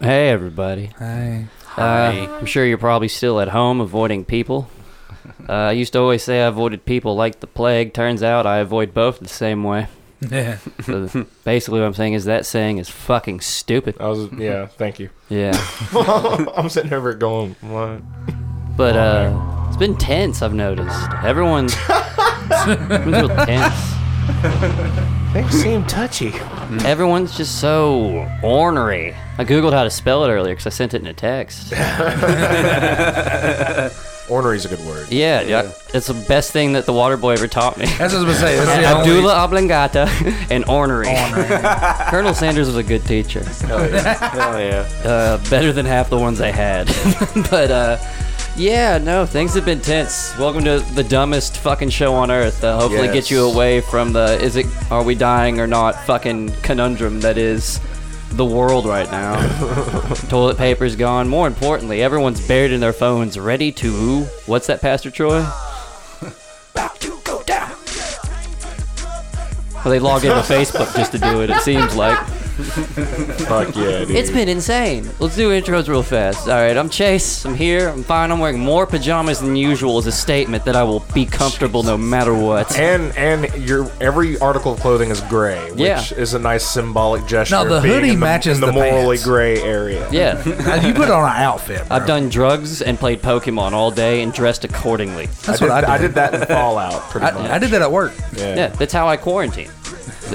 Hey, everybody. Hey. Uh, I'm sure you're probably still at home avoiding people. Uh, I used to always say I avoided people like the plague. Turns out I avoid both the same way. Yeah. So th- basically, what I'm saying is that saying is fucking stupid. I was yeah. Thank you. Yeah. I'm sitting over it going what? But uh, it's been tense, I've noticed. Everyone's, everyone's real tense. Things seem touchy. Everyone's just so ornery. I Googled how to spell it earlier because I sent it in a text. Ornery is a good word. Yeah, yeah. It's the best thing that the water boy ever taught me. That's what I was gonna say. That's the only- Abdullah Oblongata and ornery. Colonel Sanders was a good teacher. Hell Oh, yeah. Uh, better than half the ones I had. but uh, yeah, no, things have been tense. Welcome to the dumbest fucking show on earth. Uh, hopefully, get you Yes. away from the is it are we dying or not fucking conundrum that is the world right now. Toilet paper's gone. More importantly, everyone's buried in their phones, ready to what's that, Pastor Troy? Well, they log into Facebook just to do it. It seems like. Fuck yeah, dude. It's been insane. Let's do intros real fast. All right, I'm Chase. I'm here. I'm fine. I'm wearing more pajamas than usual as a statement that I will be comfortable no matter what. and and your every article of clothing is gray, which Yeah. is a nice symbolic gesture. No, the of being hoodie in the, matches in the, the morally pants. gray area. Yeah. Now, you put on an outfit. Bro. I've done drugs and played Pokemon all day and dressed accordingly. That's I what did, I did. that in Fallout, pretty much. I, I did that at work. yeah. Yeah, that's how I quarantine.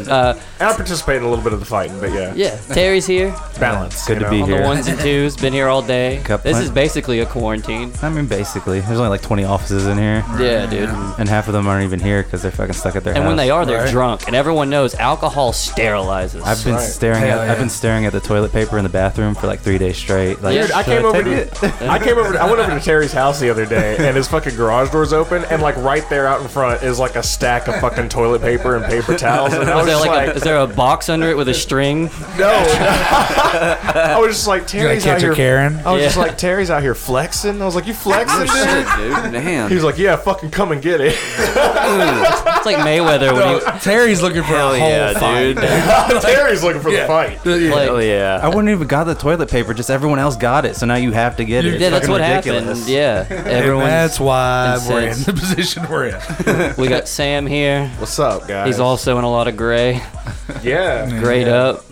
Uh, And I participated in a little bit of the fighting, but yeah, yeah, Terry's here balance. Good you know? to be on here. the ones and twos. Been here all day. Cup This plant. is basically a quarantine. I mean, basically, there's only like 20 offices in here, Yeah, dude. and half of them aren't even here because they're fucking stuck at their And house. when they are, they're Right. drunk, and everyone knows alcohol sterilizes. I've been Right. staring Hell at yeah. I've been staring at the toilet paper in the bathroom for like three days straight. Like, Dude, I should came over take it? to I came over. I went over to Terry's house the other day, and his fucking garage door's open, and like right there out in front is like a stack of fucking toilet paper and paper towels. And I is was there just like, a, like, is there a box under it with a string? no. I was just like, You gotta Terry's out catch a here. Karen. I was Yeah. just like, Terry's out here flexing. I was like, you flexing, dude? dude. He Damn. was like, yeah, fucking come and get it. It's like Mayweather when he Terry's looking for Hell a whole yeah, fight. dude. Hell Terry's looking for the fight. like, I yeah. wouldn't even got the toilet paper. Just everyone else got it, so now you have to get it. Yeah, It's that's fucking what ridiculous. happened. Yeah, And everyone. that's why we're in incensed. the position we're in. We got Sam here. What's up, guys? He's also in a lot of gray. yeah. Grayed up.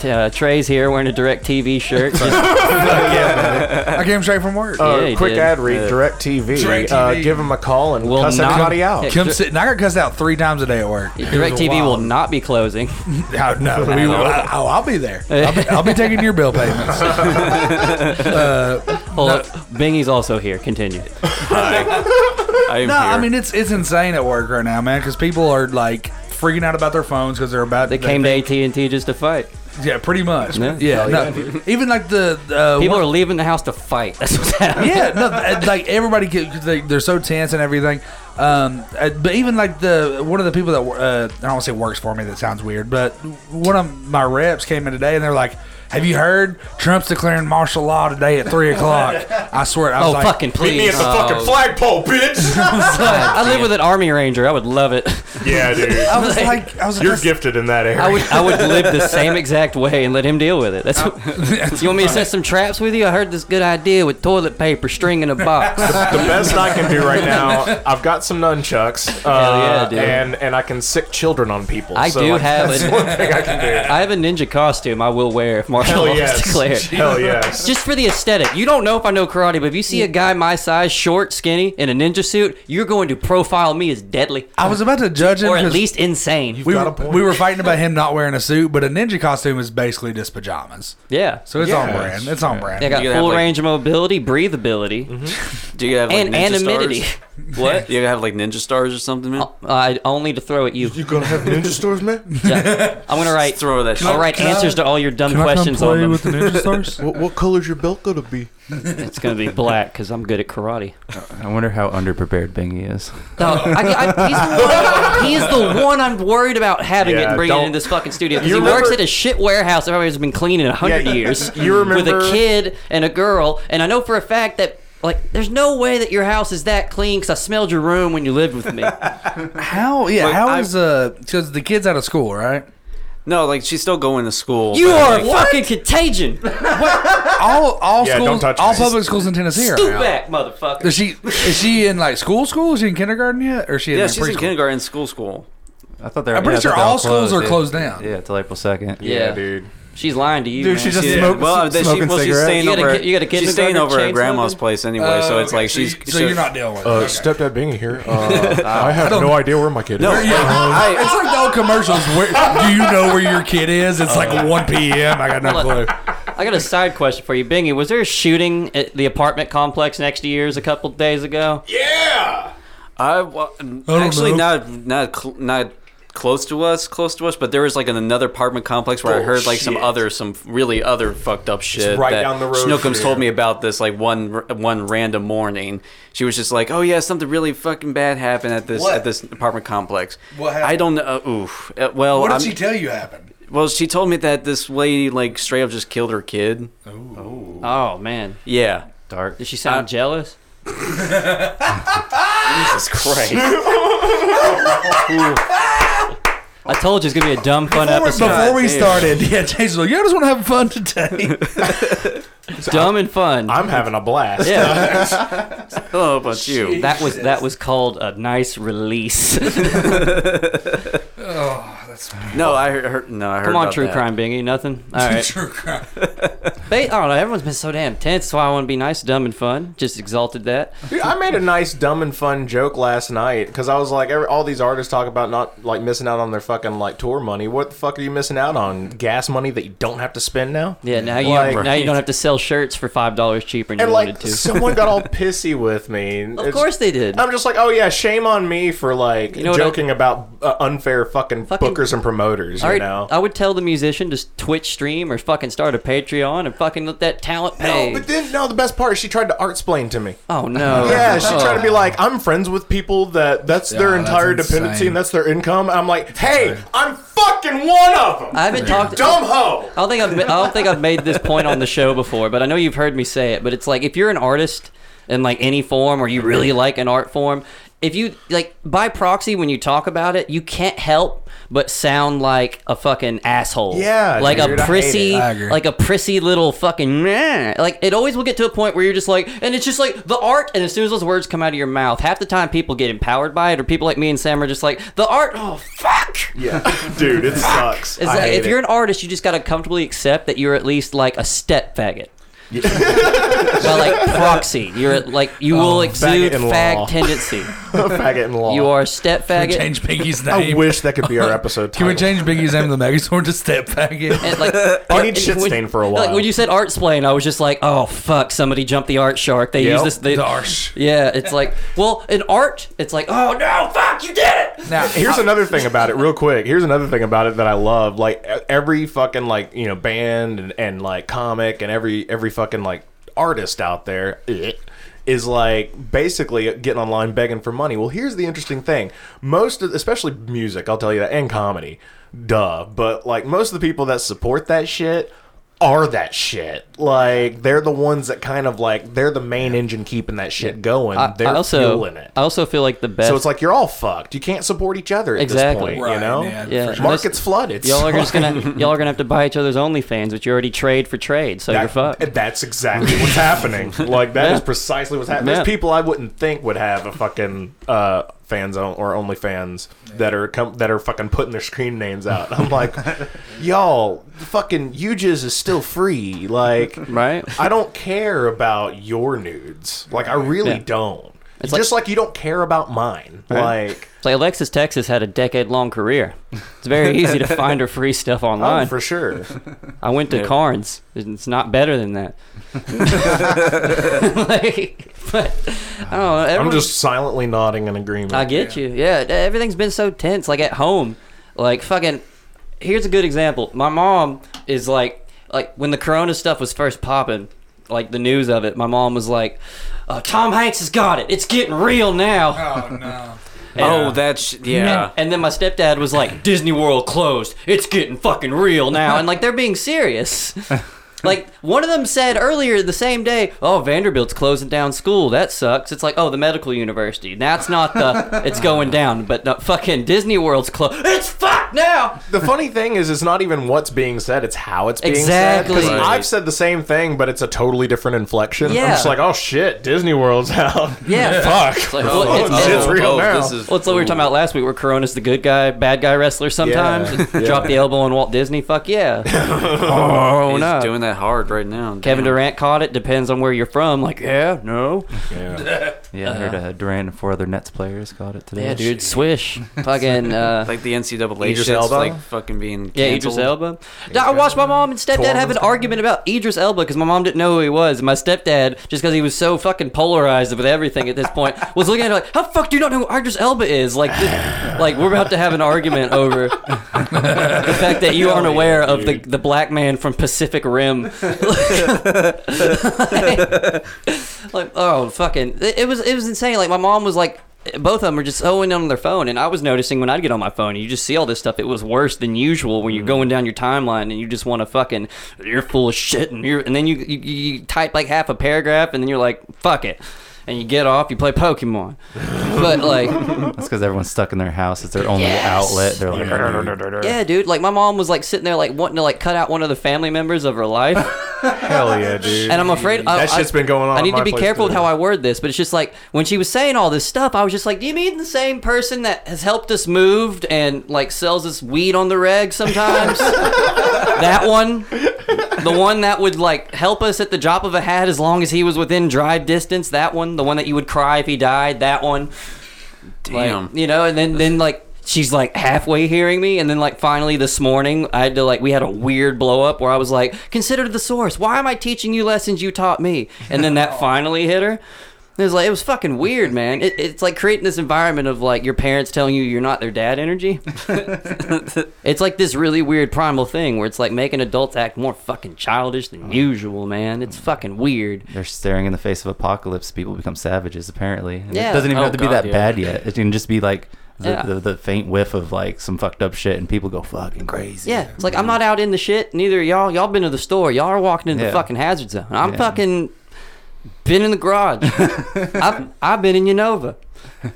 T- Uh, Trey's here wearing a direct TV shirt. Just- I came straight from work. Uh, Yeah, he quick did. ad read, Direct TV. Uh, DirecTV. give him a call and Will cuss not- anybody out. Yeah. Kim sitting. I got cussed out three times a day at work. direct TV will not be closing. No, no, we, No. I, oh, I'll be there. I'll be, I'll be taking your bill payments. Hold up. Bingy's also here. Continue. I am No, here. I mean it's it's insane at work right now, man. Because people are like freaking out about their phones because they're about They came to AT and T just to fight. yeah, pretty much. No? Yeah, no, even like the uh, People one- are leaving the house to fight. That's what's happening. yeah, no, th- like everybody get, 'cause they, they're so tense and everything. Um, uh, but even like the one of the people that wor- uh, I don't want to say works for me. That sounds weird, but one of my reps came in today and they're like. Have you heard Trump's declaring martial law today at three o'clock? I swear, I was Oh like, fucking please! Meet me at the Oh, fucking flagpole, bitch. I live with an army ranger. I would love it. yeah, dude. I was like, I was like, You're that's- gifted in that area. I would I would live the same exact way and let him deal with it. Uh, That's what, you want me to set some traps with you? I heard this good idea with toilet paper, string in a box. the best I can do right now, I've got some nunchucks, yeah, uh, dude. and and I can sick children on people. I so, do like, have that's a- one thing I can do. I have a ninja costume. I will wear if martial Hell law yes. is declared. Hell yes. Just for the aesthetic. You don't know if I know karate, but if you see a guy my size, short, skinny, in a ninja suit, you're going to profile me as deadly I was about to judge him, or at 'cause least insane. we got were, a point. we were fighting about him not wearing a suit, but a ninja costume is basically just pajamas. Yeah. So it's on Yeah. brand. It's on brand. They got You full gotta have, like- range of mobility, breathability, Mm-hmm. Do you have like and ninja anonymity. Stars? What? You have like ninja stars or something, man? Uh, only to throw at you. gonna have ninja stores, man? Yeah. I'm gonna write. Throw that shit. I'll write answers to all your dumb questions on them. the ninja stars? What, what color's your belt gonna be? It's gonna be black because I'm good at karate. I wonder how underprepared Bingy is. No, I, I, he's the one, he is the one I'm worried about having it Yeah, and bringing it don't- in this fucking studio because he You remember- works at a shit warehouse that everybody's been cleaning in hundred Yeah, years. you remember- with a kid and a girl, and I know for a fact that. Like, there's no way that your house is that clean because I smelled your room when you lived with me. How? Yeah. Like, how I- is uh? Because the kid's out of school, right? No, like she's still going to school. You but, are a like, fucking contagion. What? all all Yeah, don't schools, touch all me. public schools in Tennessee are. Stoop back, motherfucker. Is she is she in like school? School? Is she in kindergarten yet? Or is she in Yeah, like, she's in preschool? kindergarten, school, school. I thought they were. I'm pretty yeah, sure I thought they were all schools are yeah. closed down. Yeah, till April second. Yeah. dude. Uh, She's lying to you. Dude, man. she just She's- smoked- Well, then she, smoking well she's cigarettes. staying You got a over. kid- you got a kid in she's the staying garden over at chain grandma's smoking? place anyway, Oh, so it's okay, like so you- she's. so you're not dealing with. it. Oh Uh, Okay. Stepdad being here, uh, I have no idea where my kid is. No, I, It's like the old commercials. Where do you know where your kid is? It's like 1 p.m. I got no clue. I got a side question for you, Bingy. Was there a shooting at the apartment complex next to yours a couple days ago? I wa- actually know. not not cl- not close to us, close to us, but there was like an, another apartment complex where I heard like some Bullshit. other, some really other fucked up shit. right that down the road Snookums from told me here. about this like one r- one random morning. She was just like, "Oh yeah, something really fucking bad happened at this What? at this apartment complex." What happened? I don't know. Uh, oof. Uh, well, What did I'm- she tell you happened? well, she told me that this lady like straight up just killed her kid. Oh man, Yeah. Dark. did she sound jealous? Jesus Christ. I told you it's gonna be a dumb fun episode. Before we God started, yeah, Jason's like, yeah, I just want to have fun today. dumb and fun. I'm having a blast. yeah, oh, about you. that was that was called a nice release. Oh, No, I heard. No, I heard. Come on, about true that. crime, Bingy. Nothing. All right. True crime. Ba- I don't know. Everyone's been so damn tense. That's why I want to be nice, dumb, and fun. Just exalted that. Dude, I made a nice, dumb and fun joke last night because I was like, every, all these artists talk about not like missing out on their fucking like tour money. What the fuck are you missing out on? Gas money that you don't have to spend now. Yeah. Now you Like- now you don't have to sell shirts for five dollars cheaper than And you like, wanted to. someone got all pissy with me. of course they did. I'm just like, oh yeah, shame on me for like know what I- joking about uh, unfair fucking, Fucking- bookers and promoters. You All right, know, I would tell the musician to Twitch stream or fucking start a Patreon and fucking let that talent pay. No, but then no. The best part is she tried to art explain to me. oh no. Yeah, she Oh. tried to be like, I'm friends with people that that's Yeah, their that's entire insane. dependency and that's their income. I'm like, hey, I'm fucking one of them. I haven't talked. Dumb hoe. I don't think I've, I don't think I've made this point on the show before, but I know you've heard me say it. But it's like if you're an artist in like any form, or you really like an art form, if you like by proxy when you talk about it, you can't help but sound like a fucking asshole. Yeah, like dude, I a hate prissy, it. I agree. like a prissy little fucking meh. like it always will get to a point where you're just like, and it's just like the art. And as soon as those words come out of your mouth, half the time people get empowered by it, or people like me and Sam are just like the art. Oh fuck. Yeah, dude, it sucks. It's I like hate if you're it. an artist, you just gotta comfortably accept that you're at least like a step faggot. well, like proxy, you're at, like you Oh, will exude faggot-in-law. fag tendency. faggot in law, You are a step faggot. change Biggie's name. I wish that could be our episode. Can we title. change Biggie's name to the Megazord to step back in? And, like, art- need shit when- stain for a Like while. when you said art splain, I was just like, oh fuck, somebody jumped the art shark. They use Yep. this. They, Darsh. Yeah, it's like well, in art, it's like oh no, fuck, you did it. Now, Here's another thing about it, real quick. Here's another thing about it that I love. Like e- every fucking like you know band and, and like comic and every every fucking like artist out there eh, is like basically getting online begging for money. Well, here's the interesting thing. Most of, especially music, I'll tell you that, and comedy, duh. But like most of the people that support that shit are that shit. Like they're the ones that kind of like they're the main engine keeping that shit going. I, they're I also, fueling it. I also feel like the best. So it's like you're all fucked. You can't support each other at Exactly. this point. Right, you know, yeah, Yeah. for sure. market's flooded. Y'all are just gonna y'all are gonna have to buy each other's OnlyFans, which you already trade for trade, so you're fucked. That, that's exactly what's happening. Like that is Yeah. precisely what's happening. Yeah. There's people I wouldn't think would have a fucking uh, fans on, or only fans that are com- that are fucking putting their screen names out. I'm like, y'all, fucking UJIS is still free. Like, Right? I don't care about your nudes. Like, I really Yeah. don't. It's just like you don't care about mine. Like. It's like Alexis Texas had a decade long career. It's very easy to find her free stuff Oh, online. for sure. I went to Yeah. Carnes. It's not better than that. like, but I don't know. I'm everyone- just silently nodding in agreement. I get you. Yeah, e, everything's been so tense. Like at home, like fucking. Here's a good example. My mom is like, like when the Corona stuff was first popping, like the news of it. My mom was like, uh, "Tom Hanks has got it. It's getting real now." Oh, no. Oh, that's yeah. And then my stepdad was like, "Disney World closed. It's getting fucking real now." And like they're being serious. Like one of them said earlier the same day, "Oh, Vanderbilt's closing down school. That sucks." It's like, "Oh, the medical university. That's not the. It's going down, but no, fucking Disney World's closed. It's fuck. talk now. The funny thing is, it's not even what's being said; it's how it's being said. Exactly. Because I've said the same thing, but it's a totally different inflection. I'm Yeah. just like, oh shit, Disney World's out. Yeah. Fuck. It's like, well, it's- shit's it's- real. now. Oh, is well, it's what we were talking about last week where Corona's the good guy, bad guy wrestler sometimes. Yeah. and Drop the elbow on Walt Disney. Fuck yeah. oh, He's no. doing that hard right now. Kevin Durant caught it. Depends on where you're from. Like, yeah, no. Yeah, I heard uh, Duran and four other Nets players caught it today. uh-huh. Yeah, dude, swish. Fucking. Uh, Like the NCAA Idris shit's Elba? like fucking being Yeah, Idris canceled. Elba. I watched my mom and stepdad have an argument about Idris Elba because my mom didn't know who he was. And my stepdad, just because he was so fucking polarized with everything at this point, was looking at her like, how the fuck do you not know who Idris Elba is? Like, th- like we're about to have an argument over the fact that you aren't aware of the, the black man from Pacific Rim. like oh fucking it, it was it was insane like my mom was like both of them were just so in on their phone and i was noticing when i'd get on my phone and you just see all this stuff it was worse than usual when you're going down your timeline and you just want to fucking you're full of shit and you're and then you, you you type like half a paragraph and then you're like fuck it and you get off you play pokemon but like That's because everyone's stuck in their house. It's their only Yes. outlet. They're like, yeah dude like my mom was like sitting there like wanting to like cut out one of the family members of her life Hell yeah, dude. And I'm afraid I, that shit's I- been going on. I in need my to be place, careful with too. how I word this, but it's just like when she was saying all this stuff, I was just like, "Do you mean the same person that has helped us moved and like sells us weed on the reg sometimes? that one, the one that would like help us at the drop of a hat as long as he was within drive distance. That one, the one that you would cry if he died. That one, Like, Damn. you know, and then then like." She's like halfway hearing me, and then like finally this morning, I had to like we had a weird blow up where I was like, "Consider the source. Why am I teaching you lessons you taught me?" And then that finally hit her. It was like it was fucking weird, man. It, it's like creating this environment of like your parents telling you you're not their dad energy. it's like this really weird primal thing where it's like making adults act more fucking childish than Uh-huh. usual, man. It's fucking weird. they're staring in the face of apocalypse. People become savages, apparently. And Yeah. It doesn't even Oh, have to be God, that yeah. bad yet. It can just be like the, Yeah. the, the faint whiff of like some fucked up shit, and people go fucking crazy. Yeah, it's like I'm not out in the shit. Neither are y'all. Y'all been to the store. Y'all are walking into the Yeah. fucking hazard zone. I'm Yeah. fucking been in the garage. I've I've been in Unova.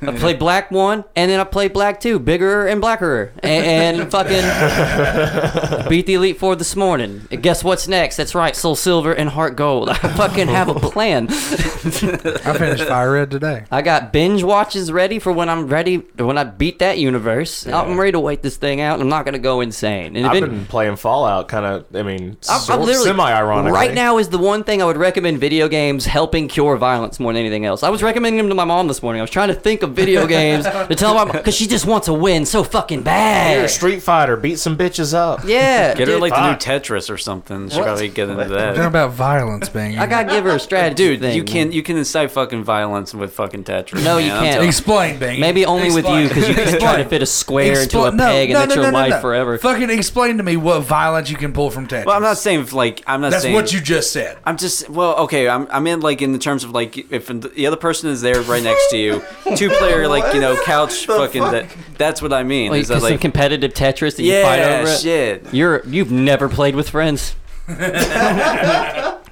I played black one, and then I played black two, bigger and blacker, and, and fucking beat the elite four this morning. And guess what's next? That's right, soul silver and heart gold. I fucking have a plan. I finished Fire Red today. I got binge watches ready for when I'm ready when I beat that universe. I'm ready to wait this thing out. I'm not gonna go insane. And if I've it- been playing Fallout, kind of. I mean, I'm- I'm literally- semi ironically. Right now is the one thing I would recommend video games helping cure violence more than anything else. I was recommending them to my mom this morning. I was trying to think of video games to tell my mom because she just wants a win so fucking You're a bad. Street Fighter, beat some bitches up. Yeah, Get her dude, like the new Fuck. Tetris or something. She probably get into They're that. about violence being. I gotta give her a strategy. Dude, thing. you can you can incite fucking violence with fucking Tetris. No, man. you I'm can't. telling- Explain, Bingy. Maybe only with you Explain. because you can try to fit a square into a Expla- no, peg no, and that's no, your no, no, life no. forever. Fucking explain to me what violence you can pull from Tetris. Well, I'm not saying if, like I'm not That's saying what you just said. I'm just well, okay. I'm I'm in like in the terms of like if the other person is there right next to you, two player like you know couch fucking. That, that's what I mean. Like, is that some like competitive Tetris that you fight yeah, over it. shit. You're you've never played with friends.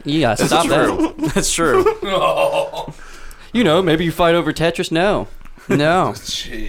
you gotta stop that. True. That's true. you know, maybe you fight over Tetris. No, no.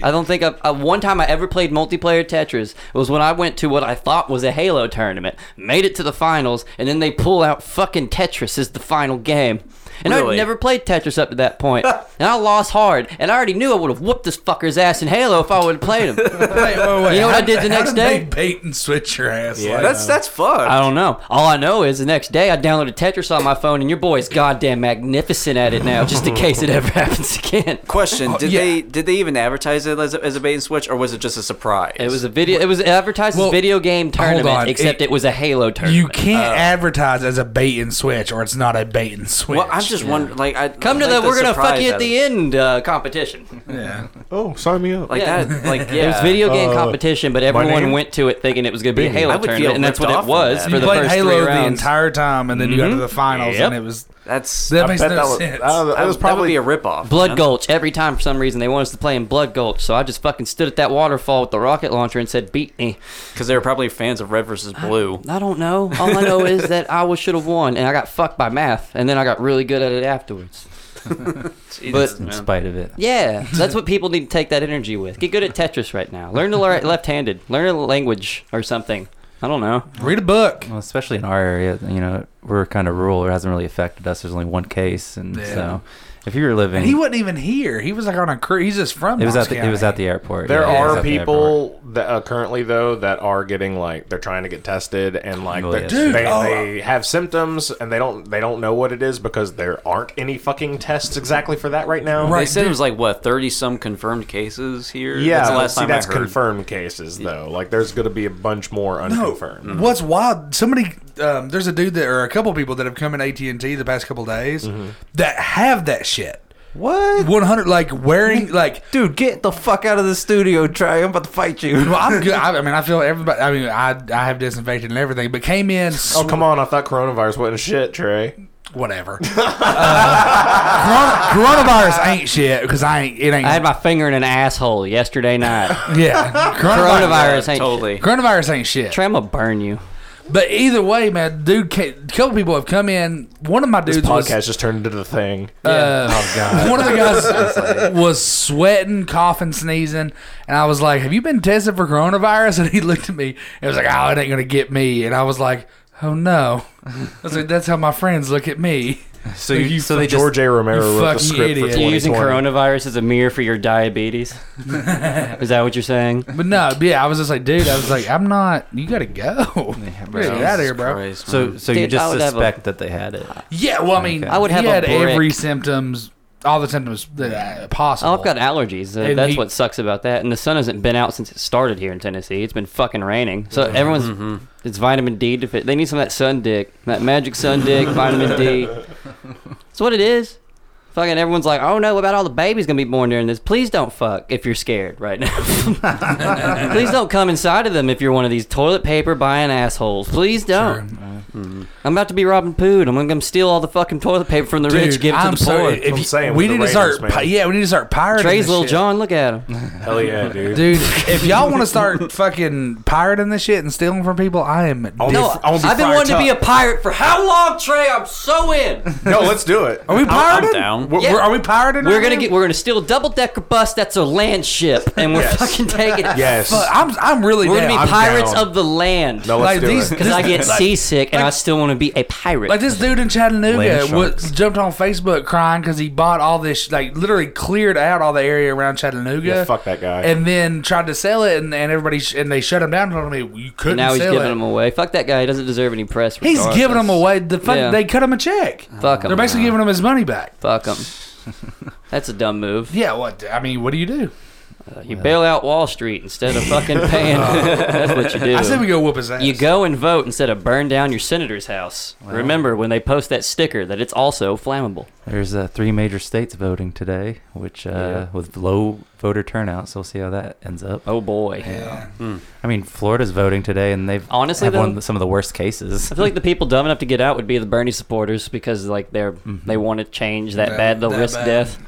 I don't think I've, uh, one time I ever played multiplayer Tetris was when I went to what I thought was a Halo tournament, made it to the finals, and then they pull out fucking Tetris as the final game. And I'd Really? never played Tetris up to that point, and I lost hard. And I already knew I would have whooped this fucker's ass in Halo if I would have played him. Wait, wait, wait. You know what How- I did the how next did day? They bait and switch your ass. Yeah. like That's that? that's fucked. I don't know. All I know is the next day I downloaded Tetris on my phone, and your boy's goddamn magnificent at it now, just in case it ever happens again. Question: Did Oh, yeah. they did they even advertise it as a, as a bait and switch, or was it just a surprise? It was a video. It was advertised Well, as video game tournament, on. except it, It- was a Halo tournament. You can't advertise as a bait and switch, or it's not a bait and switch. Well, I'm just wondering. Like, I come to like the, we're gonna fuck surprise you at out the of- end uh, competition. Yeah. Oh, sign me up. Like Yeah. that. Like yeah. It was video game Uh, competition, but name? everyone went to it thinking it was gonna be a Halo I would feel tournament, and that's ripped what it off was from for You that. the played first Halo three the rounds. entire time, and then you got to the finals, Yep. and it was That's that I makes bet no that was- sense. uh, That was probably a ripoff. Blood man. Gulch. Every time, for some reason, they want us to play in Blood Gulch, so I just fucking stood at that waterfall with the rocket launcher and said, "Beat me." because they were probably fans of Red versus Blue. I don't know. All I know is that I was should have won, and I got fucked by math, and then I got really good at it afterwards. But- in spite of it. Yeah, that's what people need to take that energy with. Get good at Tetris right now. Learn to learn left-handed. Learn a language or something. I don't know. Read a book. Well, especially in our area, you know, we're kind of rural. It hasn't really affected us. There's only one case, and Yeah. so if you were living, And he wasn't even here. He was like on a cruise. He's just from. it was at Knox the, it was at County. the airport. There Yeah, it was are at the airport. people that uh, currently though that are getting like they're trying to get tested and like Oh, they're- yes. they, Dude, oh. they have symptoms and they don't they don't know what it is because there aren't any fucking tests exactly for that right now. Right. They said dude. it was like what thirty some confirmed cases here. Yeah, that's that's the last see, time that's I heard. confirmed cases though. Like there's going to be a bunch more unconfirmed. Oh, What's wild? Somebody, um, there's a dude that, or a couple people that have come in AT and T the past couple days that have that shit. What? One hundred, like wearing, like. Dude, get the fuck out of the studio, Trey. I'm about to fight you. Well, I'm good. I, I mean, I feel everybody. I mean, I I have disinfectant and everything, but came in. Oh come on! I thought coronavirus wasn't shit, Trey. whatever. uh, corona, coronavirus ain't shit because I ain't. It ain't. I had my finger in an asshole yesterday night. yeah, coronavirus. Coronavirus ain't totally. Totally. Coronavirus ain't shit. Trey, I'm gonna burn you. But either way, man, dude, ca- a couple people have come in. One of my dudes This podcast was. just turned into the thing. Uh, One of the guys was sweating, coughing, sneezing, and I was like, "Have you been tested for coronavirus?" And he looked at me and was like, "Oh, it ain't gonna get me." And I was like, "Oh no!" I was like, "That's how my friends look at me." so you- you so they George A. you Romero wrote fucking the script idiot. for You're using 2020. coronavirus as a mirror for your diabetes. Is that what you're saying? But no, yeah, I was just like, dude, I was like, I'm not. You gotta go. bro. Get out of here, bro. Christ, man. So, so you Dude, I just would have a- suspect that they had it. Yeah, well, I mean, Okay. I would have he a had brick. every symptoms, all the symptoms that uh, possible. Oh, I've got allergies. Uh, And that's he- what sucks about that. And the sun hasn't been out since it started here in Tennessee. It's been fucking raining. So Mm-hmm. everyone's it's vitamin D deficient. They need some of that sun dick, that magic sun dick, vitamin D. That's what it is. Fucking everyone's like, oh no, what about all the babies gonna be born during this? Please don't fuck if you're scared right now. Please don't come inside of them if you're one of these toilet paper buying assholes. Please don't. Mm-hmm. I'm about to be Robin Pood. I'm gonna come steal all the fucking toilet paper from the Dude, rich, give it to I'm the sorry, poor. if I'm you- saying we with need the to start. Raiders, pi- man. yeah, we need to start pirating. Trey's this little shit. John, look at him. Hell yeah, dude. Dude, if y'all want to start fucking pirating this shit and stealing from people, I am. I'll be diff- fr- I'll be I've been fired wanting to be a up. pirate for how long, Trey? I'm so in. No, let's do it. are we I'm, pirating? I'm down. We're- Yeah. we're- Are we pirating? We're right gonna now? get we're gonna steal a double decker bus that's a land ship, and we're Yes. fucking taking it. yes. But I'm I'm really We're gonna down. be I'm pirates down. of the land. no, let's like do these- it. Because I get Like- seasick and I still want to be a pirate. Like this dude in Chattanooga Land was, sharks. jumped on Facebook crying because he bought all this, like literally cleared out all the area around Chattanooga. Yeah, fuck that guy. And then tried to sell it, and, and everybody sh- and they shut him down. Told him you couldn't And now he's sell giving it. them away. Fuck that guy. He doesn't deserve any press. he's regardless. giving them away. The fuck, Yeah. they cut him a check. Fuck him. They're basically giving him his money back. Fuck him. That's a dumb move. Yeah, what? I mean, what do you do? You bail out Wall Street instead of fucking paying. That's what you do. I said we go whoop his ass. You go and vote instead of burn down your senator's house. Remember when they post that sticker that it's also flammable. There's uh, three major states voting today, which uh, Yeah. with low voter turnout, so we'll see how that ends up. Oh boy. I mean, Florida's voting today, and they've Honestly, have though- one of the- some of the worst cases. I feel like the people dumb enough to get out would be the Bernie supporters because like they're they want to change that That- bad. They'll that risk bad. death. Yeah.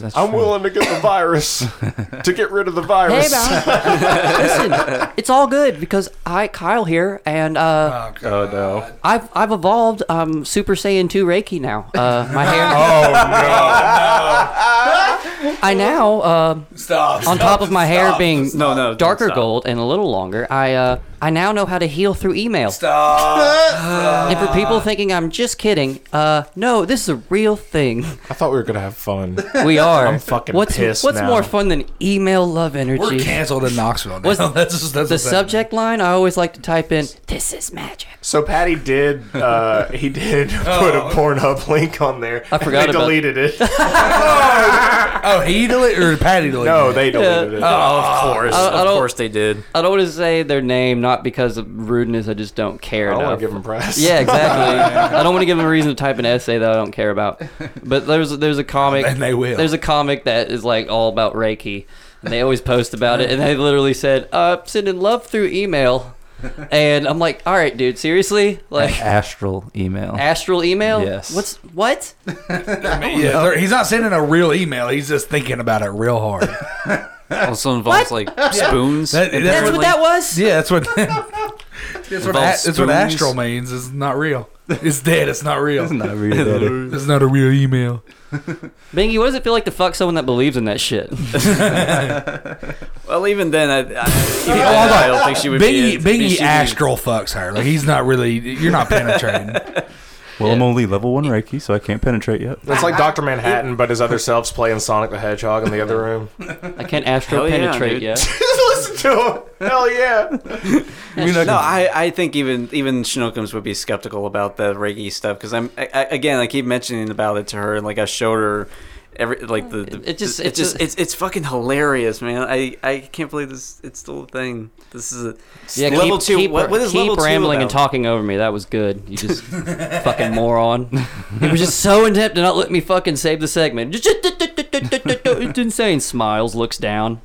That's I'm true. willing to get the virus to get rid of the virus. listen, it's all good because I Kyle here and uh, Oh, God. Oh no! I've I've evolved um Super Saiyan two Reiki now. Uh, my hair. Oh no! I now uh, Stop. on top of my hair being No, no, don't darker stop. gold and a little longer. I uh, I now know how to heal through email. Stop. And for people thinking I'm just kidding, uh, no, this is a real thing. I thought we were gonna have fun. We are. I'm fucking what's, pissed What's now. more fun than email love energy? We're canceled in Knoxville. Now. What's- that's, that's the what's happening. subject line I always like to type in this is magic. So Patty did. Uh, he did put a Pornhub link on there. I forgot They about- deleted it. Oh, he deleted or Patty deleted? No, it? they deleted it. of course, I- I of don't- course they did. I don't want to say their name not because of rudeness, I just don't care I don't enough. want to give him press. yeah, exactly. I don't want to give them a reason to type an essay that I don't care about. But there's there's a comic And they will. There's a comic that is like all about Reiki. And they always post about it and they literally said, uh sending love through email. And I'm like, all right, dude, seriously? Like Astral email. astral email? Yes. What's what? Yeah, they're- he's not sending a real email. He's just thinking about it real hard. Also involves like spoons. That- that's That's what that was? yeah, that's what. that's what. a- Involves That's what spoons. astral means. Is not real. It's dead. It's not real. It's not real. Daddy. It's not a real email. Bingy, what does it feel like to fuck someone that believes in that shit? Well, even then, I, I, even Oh, hold then, I on. don't think she would Bingy, be. Bingy Ash girl fucks her. Like he's not really. You're not penetrating. Well, I'm only level one Reiki, so I can't penetrate yet. It's like Doctor Manhattan, but his other self's playing Sonic the Hedgehog in the other room. I can't astro penetrate Hell yeah, yet. Listen to him. Hell yeah. No, I, I think even even Schnookums would be skeptical about the Reiki stuff because I'm I, I- again I keep mentioning about it to her and like I showed her every like the, the It just- it it's just a- it's it's fucking hilarious man I I can't believe this it's still a thing this is a Yeah, keep, level two keep- what, what is keep level two rambling and about? talking over me. That was good. You just fucking moron. It was just so inept to not let me fucking save the segment. It's insane. Smiles, looks down.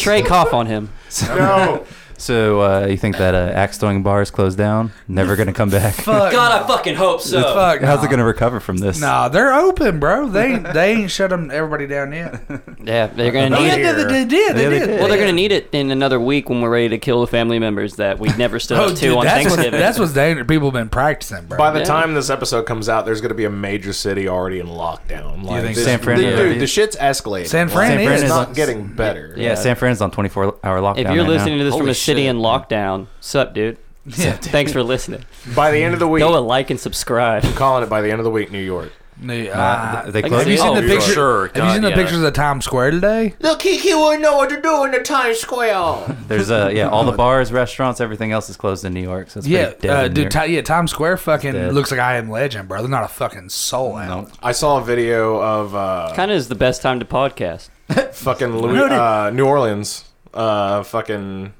Trey cough on him. No. So uh, you think that uh, axe throwing bar is closed down? Never gonna come back. Fuck. God, I fucking hope so. Fuck. How's nah. it gonna recover from this? Nah, they're open, bro. They ain't- they ain't shut 'em- everybody down yet. Yeah, they're gonna Oh, need yeah, it. they, they, they did. They Yeah, they did. did. Well, they're gonna need it in another week when we're ready to kill the family members that we never stood Oh, up to dude, on that's, what, Thanksgiving. that's what's dangerous. People have been practicing, bro. By the Yeah. time this episode comes out, there's going to be a major city already in lockdown. Like, think this- San Fran Dude, already- the shit's escalating. San Like, Fran San Fran is. It's is not getting better. Yeah, San Fran's on 24 hour lockdown. if you're right listening to now. this from Holy a city shit. in lockdown, sup, dude? Yeah. Thanks for listening. By the end of the week, Go and like and subscribe. I'm calling it by the end of the week, New York. They- Uh, uh, they like, closed. have you Oh, seen the you're picture? sure. Have you God, seen the yeah. pictures of Times Square today? Look, Kiki wouldn't know what they're doing in Times Square. There's uh, yeah, all the bars, restaurants, everything else is closed in New York. So it's Yeah, pretty dead uh, in dude. New York. Ti- yeah, Times Square fucking dead. looks like I am Legend, bro. There's not a fucking soul out. I saw a video of uh, Kind of is the best time to podcast. fucking Louis, Rudy. uh, New Orleans. Uh, fucking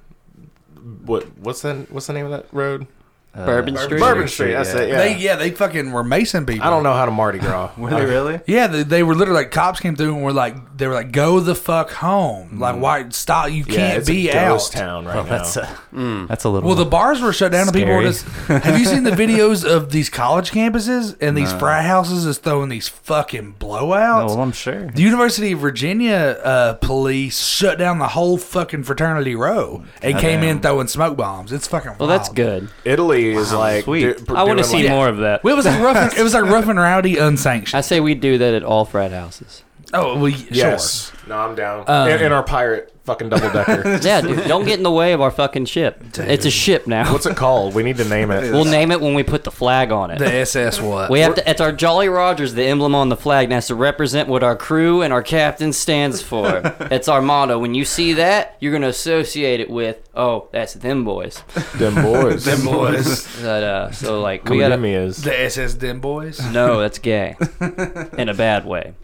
what? What's that? What's the name of that road? Uh, Bourbon Street. Bourbon Street. That's it. Yeah. They yeah, they fucking were Mason people. I don't know how to Mardi Gras. Were they really? Yeah, they, they were literally like cops came through and were like they were like go the fuck home. Like why stop? You Yeah, can't it's be a out. ghost town right now. That's a, Mm. that's a little. Well, the bars were shut down, and people were just. Scary. Have you seen the videos of these college campuses and these frat houses is throwing these fucking blowouts? Oh, well, I'm sure. The University of Virginia uh, police shut down the whole fucking fraternity row and came in throwing smoke bombs. It's fucking. Well, that's wild. good. Italy is like. sweet. do- I want to doing, see like- more of that. Well, it was like rough. And, it was like rough and rowdy, I unsanctioned. say we do that at all frat houses. Oh, well, y- Yes. No, I'm down. Um, in, in our pirate fucking double decker. Yeah, dude, don't get in the way of our fucking ship. It's a ship now. What's it called? We need to name it. We'll name it when we put the flag on sure. it. The SS what? We have to. It's our Jolly Rogers, the emblem on the flag, and has to represent what our crew and our captain stands for. it's our motto. When you see that, you're gonna associate it with, oh, that's them boys. Them boys. Them boys. But, uh, so like we We gotta. is. the SS them boys. No, that's gay, in a bad way.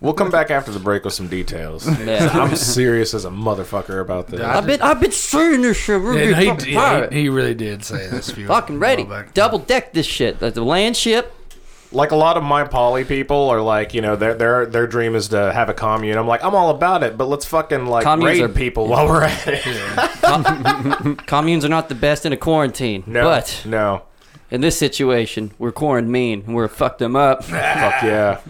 We'll come back after the break with some details. Yeah. I'm serious as a motherfucker about this. Yeah. I've been I've been saying this shit. We're Yeah, gonna he, fucking yeah, pirate. he, he really did say this. few- Fucking ready. a while back. Double deck this shit. The, the land ship. Like a lot of my poly people are like, you know, their their their dream is to have a commune. I'm like, I'm all about it, but let's fucking like Communes raid are- people while we're at it. Communes are not the best in a quarantine. No, But no, in this situation, we're quarantined mean and we're fucked them up. fuck yeah.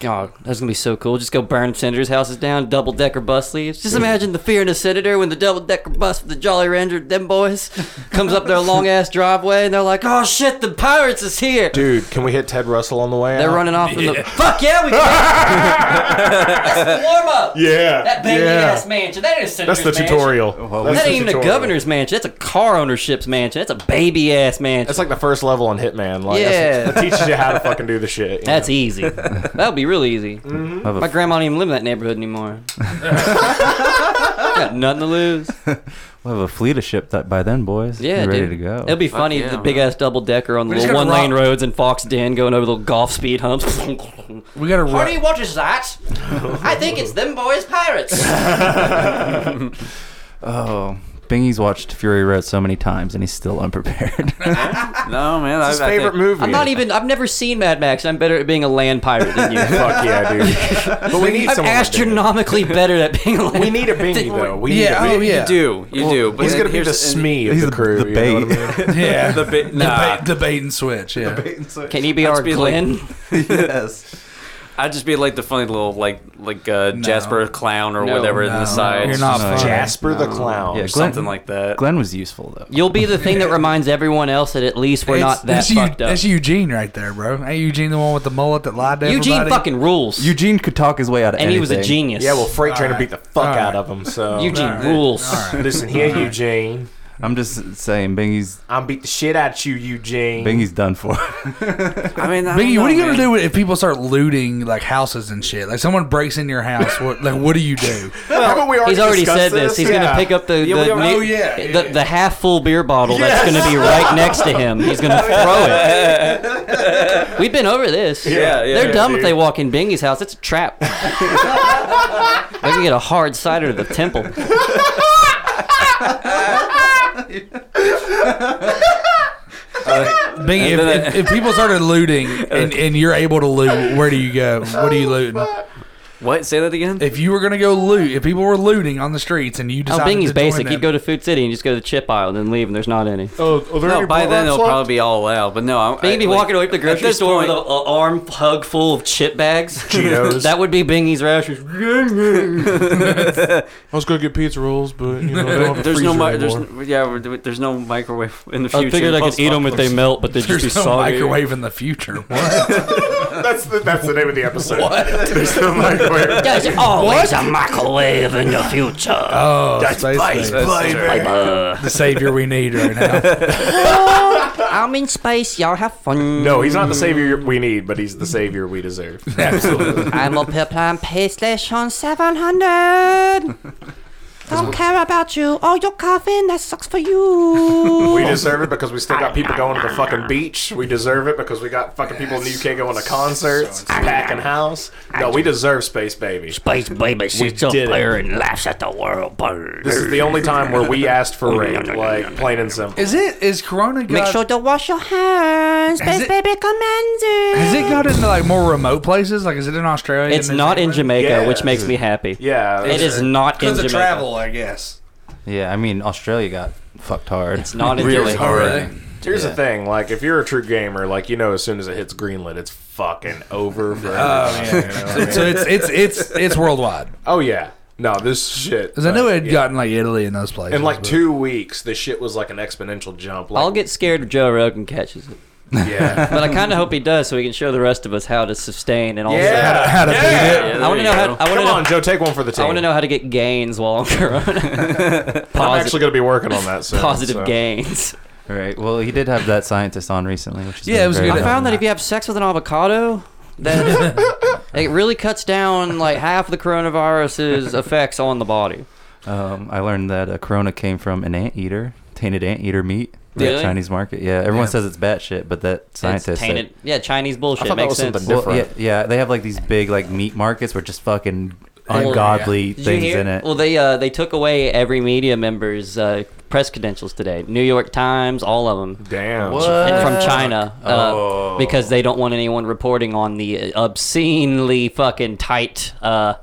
God, that's gonna be so cool. Just go burn senators' houses down, double decker bus leaves. Just imagine the fear in a senator when the double decker bus with the Jolly Ranger, them boys, comes up their long ass driveway and they're like, oh shit, the pirates is here. Dude, can we hit Ted Russell on the way? They're out? running off in the. Fuck yeah, we can! That's the warm up! Yeah, That baby yeah. ass mansion. That ain't a senator's That's the mansion. tutorial. That's that the ain't even a tutorial. governor's mansion. That's a car ownership's mansion. That's a baby ass mansion. That's That's, like the first level on Hitman. Like, Yeah. e- that's, that teaches you how to fucking do the shit. you know? easy. that would be real easy. Have a- My grandma don't even live in that neighborhood anymore. Got nothing to lose. We'll have a fleet of ship that by then, boys. Yeah, We're ready dude. to go. It'll be funny yeah, the big ass double decker on the We just little one gotta lane rock- roads in Fox Den going over the little golf speed humps. Party, We got to run. what is that? I think it's them boys pirates. oh, Bingy's watched Fury Road so many times, and he's still unprepared. no man It's his I, I favorite think, movie. I'm not even. I've never seen Mad Max. I'm better at being a land pirate than you. Fuck yeah, dude. But we need I'm someone. to do it. astronomically better at being like. We need a bingy though. We need Yeah, a oh Bingy. yeah, you do you do but He's then gonna be here's the and- Smee of he's the the- crew. the you know what I bait. mean? yeah. the bit nah Debate, debate and switch. Yeah. Can you be I'd our just be like- Glenn? yes. I'd just be like the funny little like like uh, Jasper clown or No, whatever in no, the side. you're not funny. Jasper the Clown. Yeah, or Glenn- something like that. Glenn was useful though. You'll be the thing that reminds everyone else that at least we're It's- not that that's Eu- fucked up. That's Eugene right there, bro. Ain't Eugene the one with the mullet that lied to Eugene everybody? fucking rules, Eugene could talk his way out of and he was a anything. genius. Yeah, well, Freight Trainer Alright. beat the fuck Alright. out of him. So Eugene Alright. rules. listen here, Eugene. I'm just saying, Bingy's I'm beat the shit out of you, Eugene. Bingy's done for. I mean, I Biggie, don't what are you know, gonna do man. if people start looting like houses and shit? Like someone breaks in your house, what like what do you do? Haven't we He's already discussed said this. He's Yeah. gonna pick up the Yeah, we the, already- ne- oh, yeah, the, yeah. the half full beer bottle that's gonna be right next to him. He's gonna throw it. We've been over this. Yeah, yeah, They're yeah, dumb if dude. they walk in Bingy's house. It's a trap. they can get a hard cider to the temple. Biggie, if, if, if people started looting and, and you're able to loot, where do you go? What are you looting? What? Say that again. If you were gonna go loot, if people were looting on the streets and you Oh, decided Bingy's to join basic. them- You'd go to Food City and just go to the chip aisle and then leave, and there's not any. Oh, are there No, any by then bloodlines it'll left? probably be all out. But no, I'm Bingy be like- walking away from the at grocery this store point- with an arm hug full of chip bags. Cheetos. that would be Bingy's rations. I was gonna get pizza rolls, but you know, I don't have a There's no, freezer mi- there's anymore. no, yeah, we're, doing- there's no microwave in the future. I figured I could eat them if they melt, but they'd just be There's no soggy. microwave in the future. What? That's the that's the name of the episode. What? There's no microwave. There's always a microwave in the future. Oh, space Base. the savior we need right now. I'm in space. Y'all have fun. No, he's not the savior we need, but he's the savior we deserve. I'm a purple on PlayStation 700. Don't care about you or your coffin. That sucks for you. We deserve it because we still got people going to the fucking beach. We deserve it because we got fucking people in the UK going to concerts, packing house. No, we deserve space, baby. Space baby sits up did it. there and laughs at the world bird. This is the only time where we asked for rape, like plain and simple. Is it is Corona got, Make sure to wash your hands. Has it- Space baby commands you. has it got into like more remote places? Like is it in Australia? It's and New not in Zealand? Jamaica, Yeah. which makes me happy. Yeah, It is not in Jamaica. I guess. yeah, I mean Australia got fucked hard. It's not in really Jamaica. Oh, really? Here's the thing, like if you're a true gamer, like you know, as soon as it hits greenlit, it's fucking over. For Oh, everybody, you know what I mean? so it's it's it's it's worldwide. Oh yeah, no, this shit. Because I knew it had yeah. gotten like Italy and those places. in like but- two weeks. This shit was like an exponential jump. Like, I'll get scared if Joe Rogan catches it. yeah, But I kind of hope he does so he can show the rest of us how to sustain and all yeah. that. how to beat it. I want to know how. I want Come to know. on, Joe, take one for the team. I want to know how to get gains while on Corona. I'm Posit- actually going to be working on that. Soon, positive so. gains. All right. Well, he did have that scientist on recently, which is Yeah, it was I good. found that if you have sex with an avocado, that it really cuts down like half the coronavirus's effects on the body. Um, I learned that uh, Corona came from an anteater, tainted anteater meat, the Really? Chinese market. Yeah, everyone says it's bad shit, but that It's scientist said- tainted. Yeah, Chinese bullshit thought that makes was sense. something Well, yeah, different. yeah, they have like these big like meat markets where just fucking yeah. ungodly Did you things hear- in it. Well, they uh, they took away every media member's uh, press credentials today. New York Times, all of them. Damn. and from China uh, Oh. because they don't want anyone reporting on the obscenely fucking tight. Uh,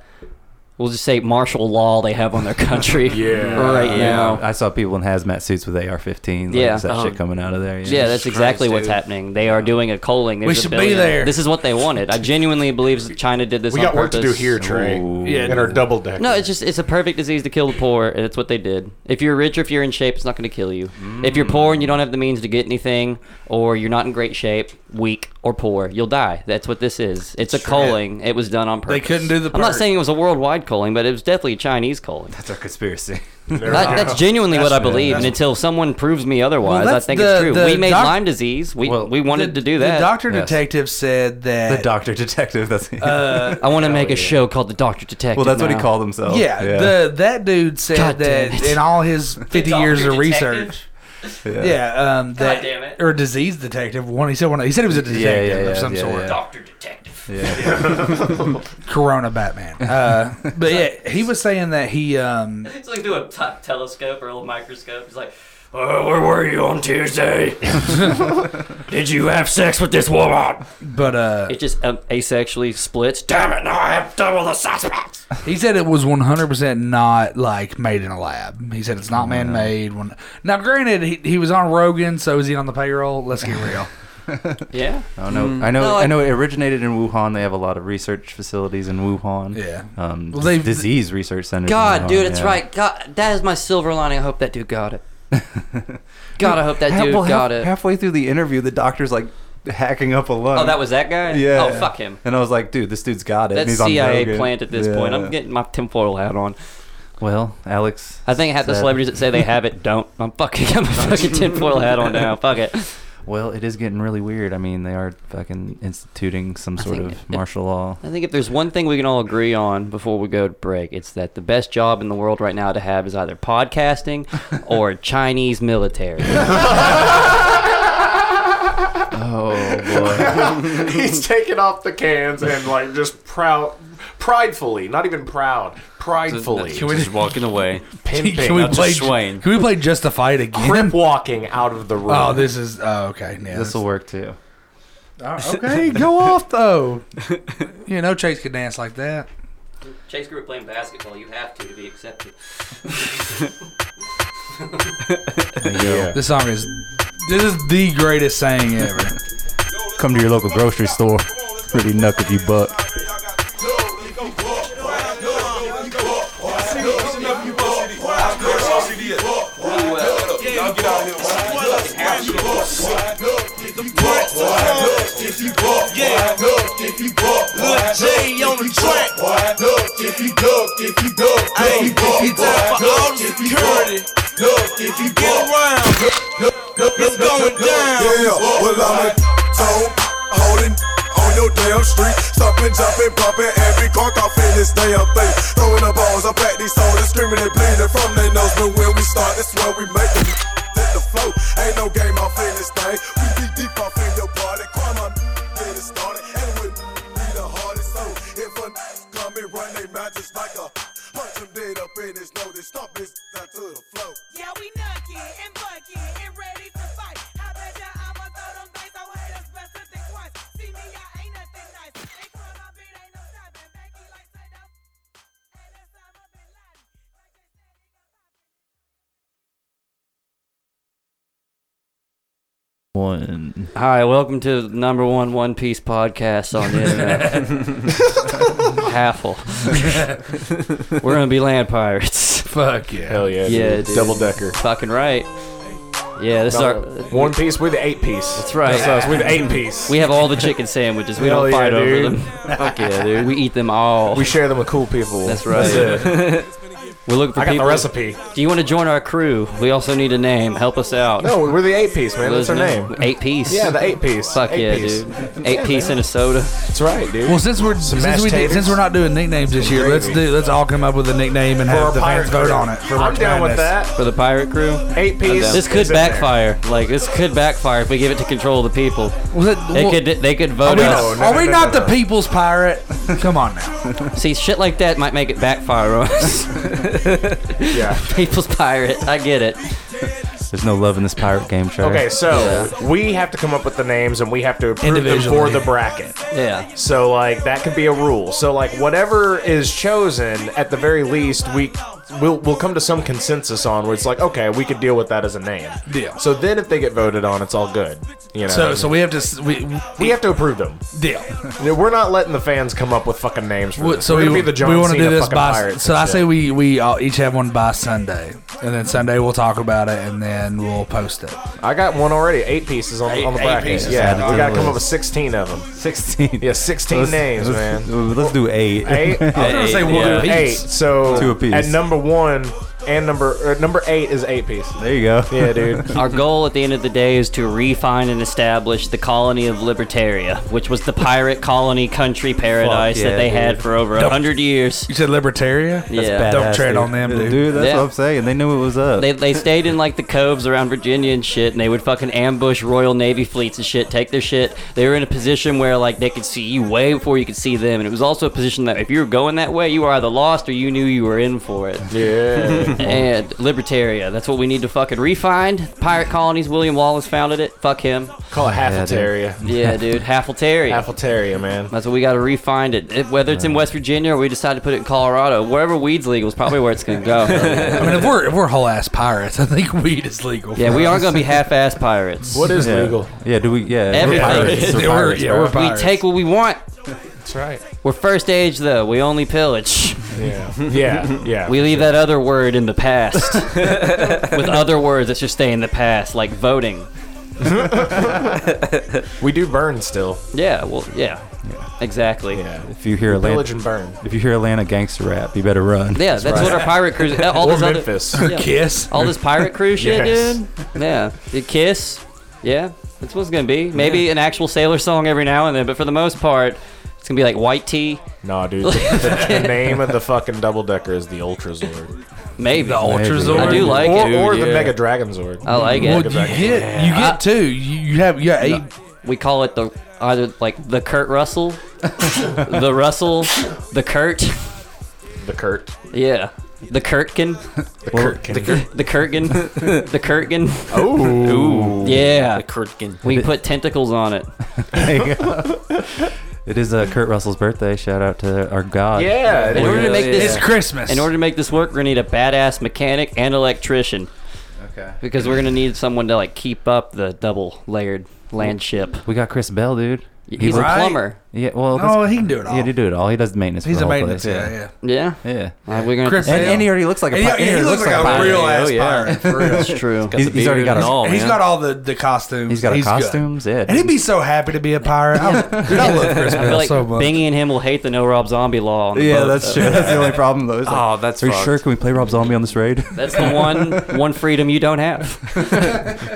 we'll just say martial law they have on their country Yeah. right now. Uh, I saw people in hazmat suits with AR-15s. Like, Yeah. uh-huh. yeah, that Oh. shit coming out of there. Yeah, that's exactly Christ, what's dude. happening. They are doing a culling. There's We a should be billion- there. This is what they wanted. I genuinely believe that China did this. we on got work to do purpose. here, Trey. Ooh. Yeah, in our double deck. No, it's just it's a perfect disease to kill the poor, and it's what they did. If you're rich or if you're in shape, it's not going to kill you. If you're poor and you don't have the means to get anything, or you're not in great shape, weak or poor, you'll die. That's what this is. It's a culling. It was done on purpose. couldn't do the I'm not purge. saying it was a worldwide culling, but it was definitely a Chinese culling. That's a conspiracy. That, that's genuinely what I believe, and until someone proves me otherwise, I that's think the- it's true. the We made doc- Lyme disease. We Well, we wanted The- to do The that. doctor Yes. detective said that. the doctor detective. That's Uh, I want to make a show called The Doctor Detective. well, that's what he now. called himself. yeah, the that dude said God damn that it. in all his 50 years of research. yeah. Yeah, um, that damn it. or disease detective. One, he said one. He said he was a detective yeah, yeah, of some yeah, sort. yeah. Doctor Detective. Yeah. Corona Batman. Uh, but yeah, he was saying that he um, It's like through a t- telescope or a little microscope. It's like. Uh, where were you on Tuesday? Did you have sex with this woman? but uh, It just um, asexually splits. Damn it, now I have double the suspects. He said it was 100% not like made in a lab. He said it's Oh, not man made. Now, granted, he, he was on Rogan, so is he on the payroll? Let's get real. Yeah. I don't know. I know. Mm. No, I, I- know. It originated in Wuhan. They have a lot of research facilities in Wuhan. Yeah. Um, Well, they- disease research centers. in God, Wuhan, dude, it's yeah. right. God, that is my silver lining. I hope that dude got it. God, I hope that Half- dude well, half- got it. Halfway through the interview, the doctor's like hacking up a lung. Oh, that was that guy. Yeah. Oh, fuck him. And I was like, dude, this dude's got it. That's He's on CIA Rogan. plant at this point. Yeah. I'm getting my tinfoil hat on. Well, Alex. I think half the said- celebrities that say they have it don't. I'm fucking got my fucking tinfoil hat on now. Fuck it. Well, it is getting really weird. I mean, they are fucking instituting some I sort think of it- martial law. I think if there's one thing we can all agree on before we go to break, it's that the best job in the world right now to have is either podcasting or Chinese military. Oh boy. He's taking off the cans and like just proud, pridefully, not even proud, pridefully, Just, just walking away. pimping, can we not play? just Schwein. Can we play Justified again? crip walking out of the room. Oh, this is oh, okay. Yeah, this will work too. Oh, okay, go off though. You know Chase could dance like that. Chase Group playing basketball, you have to to be accepted. yeah. This song is this is the greatest saying ever. Come to your local grocery store. Pretty nuck if you buck. Jay on the track. If you duck, if you duck, if you buck, if you buck, if you buck, duck, if you get around, it's going down. Yeah, well I'm a tone holding on your damn street, stopping, jumping, pumping every car off in this damn thing. Throwing the balls up at these soldiers, screaming and bleeding from their nose. But when we start, that's when we make them hit the flow. Ain't no game off in this thing. We be deep off in your party, crime on get it started, and we be the hardest. So if a come and run, they mouth just like a punch 'em dead up in this nose. They stomp this down to the flow. Yeah, we nucky and bucky and ready to fight. I bet ya I'ma throw them dice. I wear this best if they twice. See me, I ain't nothing nice. Ain't from my beat, ain't no stopping. Becky like said, I'm- and that's Osama bin Laden. Like I said, he got popped. One. Hi, welcome to the number one One Piece podcast on the internet. Halfle. We're gonna be land pirates. Fuck yeah. Hell yeah, Yeah, dude. dude. double decker. Fucking right. Yeah, this is our. One piece with the eight piece. That's right. That's us with eight piece. We have all the chicken sandwiches. We Hell don't yeah, fight over dude. them. Fuck yeah, dude. We eat them all. We share them with cool people. That's right. it. We're looking for I got people. the recipe. Do you want to join our crew? We also need a name. Help us out. No, we're the eight piece, man. What That's is our it? name. Eight piece. Yeah, the eight piece. Fuck eight yeah, piece. dude. Eight piece and a soda. That's right, dude. Well, since we're since, mashed we did, taters. since we're not doing nicknames this year, let's do let's all come up with a nickname and For our have the pirate fans vote crew. on it. For I'm March down with Madness. that. For the pirate crew? Eight piece. This could is in there. backfire. Like this could backfire if we give it to control of the people. Was it, They well, could they could are vote we, us. no, are we no, not no, the no. people's pirate? Come on now. See, shit like that might make it backfire on us. Yeah. People's pirate. I get it. There's no love in this pirate game, Trevor. Okay, so we have to come up with the names and we have to approve them for Individually. the bracket. Yeah. So like that could be a rule. So like whatever is chosen, at the very least, we we'll we'll come to some consensus on where it's like, okay, we could deal with that as a name. Deal. So then if they get voted on, it's all good. You know. So so we have to s- we we have to approve them. deal. We're not letting the fans come up with fucking names for What- this. So We're we, gonna be the John we want to do Cena this fucking by. pirates So and I shit. say we we all each have one by Sunday, and then Sunday we'll talk about it, and then we'll post it. I got one already. Eight pieces on, on the eight bracket. pieces. Yeah, Added to we the gotta come up list. with sixteen of them. 16. Yeah, 16 names, let's, man. Let's do eight. Eight. I was gonna say we'll yeah. do eight. So Two apiece. at number one and number uh, number eight is eight piece. There you go. Yeah, dude. Our goal at the end of the day is to refine and establish the colony of Libertaria, which was the pirate colony country paradise yeah, that they had dude. for over a hundred years. You said libertarian. yeah. Don't Badass, tread dude. on them, dude. that's Yeah. what I'm saying. They knew it was up. They, they stayed in like the coves around Virginia and shit, and they would fucking ambush Royal Navy fleets and shit, take their shit. They were in a position where like they could see you way before you could see them, and it was also a position that if you were going that way, you were either lost or you knew you were in for it. Yeah. and Libertaria. That's what we need to fucking refind. Pirate colonies. William Wallace founded it. Fuck him. Call it Halfetaria. Yeah, dude. Halfleteria. Halfetaria, man. That's what we got to refine it. If- Whether it's in West Virginia or we decide to put it in Colorado, wherever weed's legal is probably where it's going to go. I mean, if we're if we're whole ass pirates, I think weed is legal. yeah, for we us. aren't going to be half-ass pirates. What is legal? Yeah, do we? Yeah, Everything. pirates. Yeah, we're- yeah, bro. we're We pirates. take what we want. That's right. We're first age though. We only pillage. Yeah. Yeah. Yeah. We leave that other word in the past. With other words that should stay in the past, like voting. we do burn still. Yeah, well, yeah, exactly. Yeah, Yeah. if you hear Pillage Atlanta, and burn. if you hear Atlanta gangster rap, you better run. that's, what our pirate cruise. All Or this other- Memphis. yeah. Kiss. all this pirate cruise shit, Yes. dude. Yeah, The kiss. Yeah, that's what it's gonna be. Maybe an actual sailor song every now and then, but for the most part, it's gonna be like white tea. Nah, dude. The, the name of the fucking double decker is the Ultra Zord. Maybe The Ultra Maybe. Zord. I do like or, it. or dude, the yeah. Mega Dragon Zord. I like Well, it. you get you get two. You, you have you got eight. We call it the either like the Kurt Russell, the Russell, the Kurt. The Kurt. Yeah, the Kurtkin, The Kurt. The Kurt. the Kurtkin, the Kurtkin. Ooh. Yeah, The Kurtkin. we put tentacles on it. There you go. it is uh, Kurt Russell's birthday. Shout out to our God. Yeah. it In order is. to make Really? this It's Christmas. In order to make this work, we're gonna need a badass mechanic and electrician Okay. because we're gonna need someone to like keep up the double layered land ship. We got Chris Bell, dude. He's looks- a Right. plumber. yeah. Well, oh, that's- he can do it all. yeah, he do it all. He does the maintenance. He's a for the whole maintenance. place, Yeah, yeah. Yeah, yeah. Uh, we're gonna. Chris Yeah, And, and he already looks like a And pirate. he, he looks like, a pirate. real pirate. ass Oh, yeah. pirate. For real. That's true. Got the He's- he's already beard got and a- all, He's man. got all the, the costumes. He's got He's a good. costumes. Yeah, And he'd be so happy to be a pirate. I, dude, I love Chris I feel Bell like so much. Bingy and him will hate the no Rob Zombie law. On the yeah, boat, that's though. true. That's the only problem though. It's like, Oh, that's Are you fucked. sure? Can we play Rob Zombie on this raid? That's the one one freedom you don't have.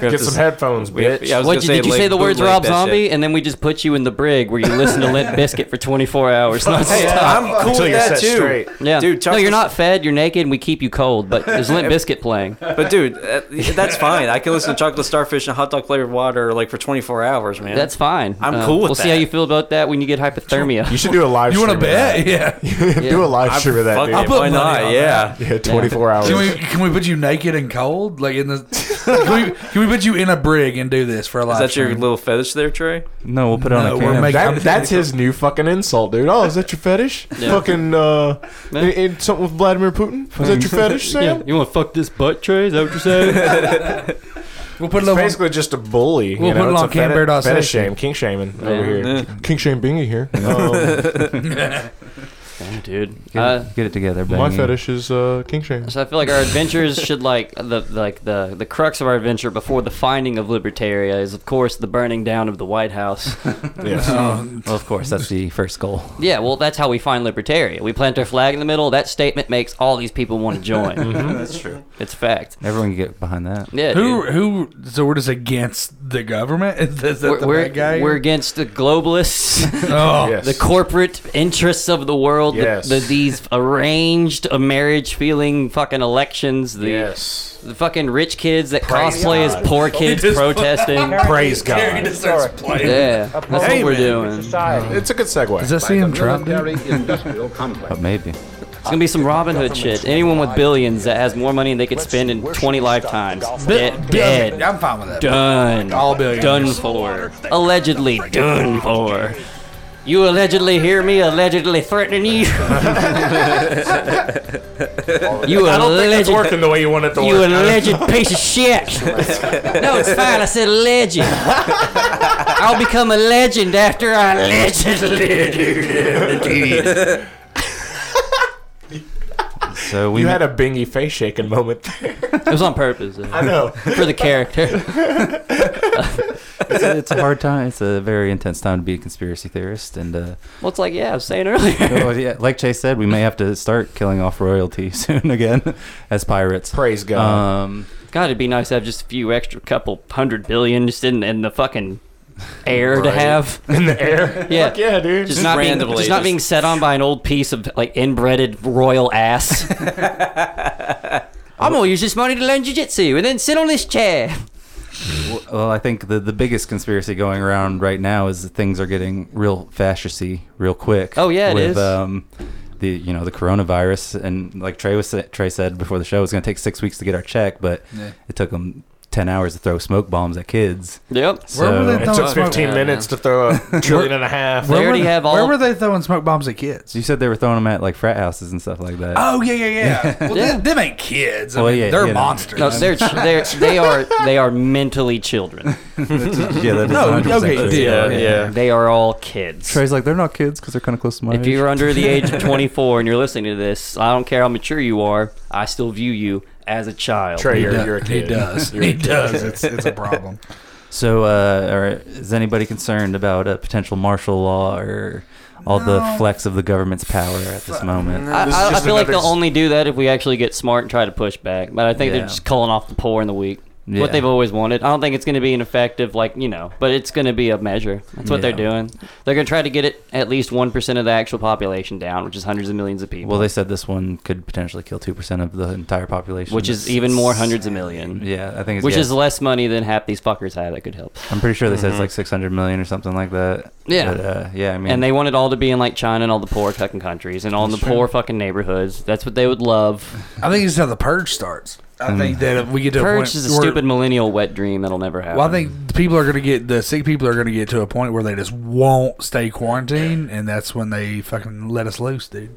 Get some headphones, bitch. Yeah, I was What gonna you, did you like, say the words bootleg Rob that Zombie, shit. and then we just put you in the brig where you listen to Limp Biscuit for 24 hours? nonstop? Hey, I'm cool Until with you're that set too. straight. yeah, Dude, Chuck No, you're was- not fed. You're naked. and We keep you cold, but there's Limp Biscuit playing. But dude, uh, that's fine. I can listen to chocolate starfish and hot dog flavored water like for 24 hours, man. That's fine. Uh, I'm cool with We'll see that. how you feel about that when you get hypothermia. You should do a live You stream. want to bet? Yeah. Yeah. Do a live stream of that, Fuck dude. it, I'll put why money not? on Yeah. Yeah, 24 hours. Can we can we put you naked and cold like in the? Can we, can we put you in a brig and do this for a live Is that your stream? little fetish there, Trey? no, we'll put it No, on a we're camera. making- That- I'm- that's his new fucking insult, dude. Oh, is that your fetish? Fucking uh, in, in something with Vladimir Putin? Is that your fetish, Sam? want to fuck this butt tray? Is that what you're saying? We'll put a It's little. basically just a bully. We'll you know? put it it's on a Cam feti- Bear dot Fetish session. shame, king shaming over here. Yeah. King shame bingy here. Um, Dude. Get, Uh, get it together, my Benny. fetish is uh, king shame. so I feel like our adventures should like the like the the crux of our adventure before the finding of Libertaria is of course the burning down of the White House. Oh. Yeah. Well, of course, that's the first goal. yeah, well that's how we find Libertaria. We plant our flag in the middle. That statement makes all these people want to join. Mm-hmm. That's true. It's fact. Everyone can get behind that. Yeah. Who dude. who? So we're just against the government. Is that the We're, bad guy? we're, we're against the globalists. oh, Yes. the corporate interests of the world, the- Yes. the, these arranged uh, marriage feeling fucking elections, the, yes. the fucking rich kids that Praise cosplay God. as poor kids just- protesting. Praise God. yeah, that's what we're doing. It's It's a good segue. Does that see him Trump? dude? But maybe. gonna be some Robin Hood shit. Anyone with billions that has more money than they could spend in 20 lifetimes. Dead. Yeah, dead. I'm fine with that. Done. All billionaires. Done for. Allegedly done for. You allegedly hear me allegedly threatening you. you I don't think it's allegedly working the way you want it to You work. alleged piece of shit. no, it's fine. I said legend. I'll become a legend after I allegedly. So we You had a bingy face shaking moment there. It was on purpose uh, No. for the character. it's, a, it's a hard time. It's a very intense time to be a conspiracy theorist, and uh, Well, it's like yeah, I was saying earlier. oh, yeah, like Chase said, we may have to start killing off royalty soon again as pirates. Praise God. Um, God, it'd be nice to have just a few extra couple hundred billion just in, in the fucking air to have. in the air. Yeah. Fuck yeah, dude. Just not, being, randomly, just not just- being set on by an old piece of like inbreded royal ass. I'm gonna use this money to learn jujitsu and then sit on this chair. well, I think the, the biggest conspiracy going around right now is that things are getting real fascisty real quick. Oh, yeah, it with, is. Um, the you know the coronavirus and like Trey was Trey said before the show it was going to take six weeks to get our check, but Yeah. it took them ten hours to throw smoke bombs at kids. Yep. So were they It throwing took smoke- 15 Yeah, minutes to throw a trillion and a half. They already were, have Where all- were they throwing smoke bombs at kids? you said they were throwing them at like frat houses and stuff like that. Oh yeah, yeah, yeah. Well, Yeah. Them, them ain't kids. I Well, mean, yeah, they're you know. monsters. No, they're, they're they are they are mentally children. yeah, that is No, 100% okay, true. yeah, They are all kids. Trey's like they're not kids because they're kind of close to my If age. you're under the age of 24 and you're listening to this, I don't care how mature you are. I still view you as a child. Trey, you're, you're a he kid. does. He does. It's, it's a problem. So, uh, are, is anybody concerned about a potential martial law or all the flex of the government's power at this moment? I, This is I, I just feel like they'll another s- only do that if we actually get smart and try to push back. But I think Yeah. they're just culling off the poor and the weak. Yeah. What they've always wanted. I don't think it's going to be an effective, like, you know, but it's going to be a measure. That's what Yeah. they're doing. They're going to try to get it at least 1% of the actual population down, which is hundreds of millions of people, Well, they said this one could potentially kill two percent of the entire population, which is That's- even more hundreds of million, Yeah, I think it's which yeah. is less money than half these fuckers have that could help. I'm pretty sure they said it's like 600 million or something like that. Yeah. But, uh, yeah. I mean, And they want it all to be in like China and all the poor fucking countries and all the poor fucking neighborhoods. That's what they would love. I think it's how the purge starts. I think that if we get to a Purge point is a where- stupid millennial wet dream that'll never happen. Well, I think the people are going to get the sick people are going to get to a point where they just won't stay quarantined, and that's when they fucking let us loose, dude.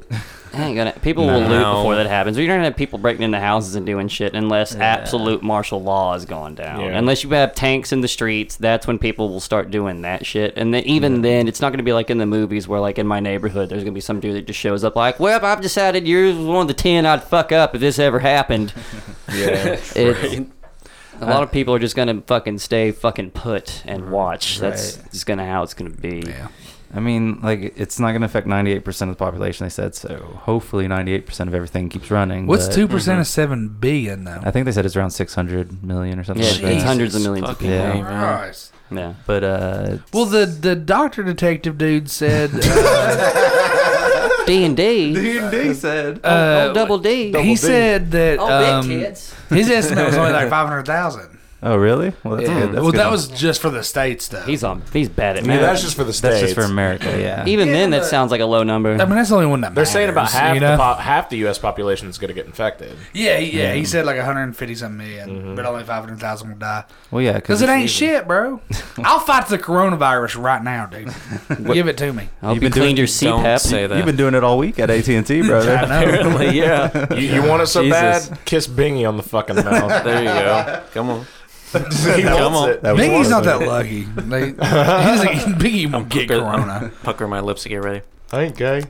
I ain't gonna, people will No. loot before that happens. You're gonna have people breaking into houses and doing shit unless absolute martial law is going down. Yeah. Unless you have tanks in the streets, that's when people will start doing that shit. And then, even then, it's not gonna be like in the movies where, like in my neighborhood, there's gonna be some dude that just shows up like, "Well, I've decided you're one of the ten I'd fuck up if this ever happened." Yeah. It's, a lot of people are just gonna fucking stay fucking put and watch. That's Right. just gonna how it's gonna be. I mean, like it's not going to affect 98 percent of the population. They said so. Hopefully, 98 percent of everything keeps running. What's but two percent of seven billion though? I think they said it's around 600 million or something. Yeah, like that. it's hundreds of millions of fucking people. Yeah. A, man. Christ. yeah. But uh, Well, the the doctor detective dude said uh, D and D. D&D said uh, Double D. he said that Oh, um, big tits. his estimate was only like five hundred thousand. Oh, really? Well, that's good. That's Well, good. that was just for the states, though. He's on. He's bad at Yeah, math. that's just for the states. that's just for America. Yeah. Even then, that but- sounds like a low number. I mean, that's the only one that They're saying about matters, half you know? the pop, half the U.S. population is going to get infected. Yeah, he- yeah. He said like 150 something million, Mm-hmm. but only 500,000 will die. well, yeah, Because because it ain't shit, bro. I'll fight the coronavirus right now, dude. Give it to me. I hope You've you been doing- cleaned your Don't CPAP. say that. You've been doing it all week at AT and T, brother. Apparently, yeah. You, you want it so Jesus. bad? Kiss Bingy on the fucking mouth. There you go. Come on. he wants it. That was Biggie's one not of them. that lucky. They, he doesn't, Biggie won't get Good. corona. Pucker my lips to get ready. I ain't gay.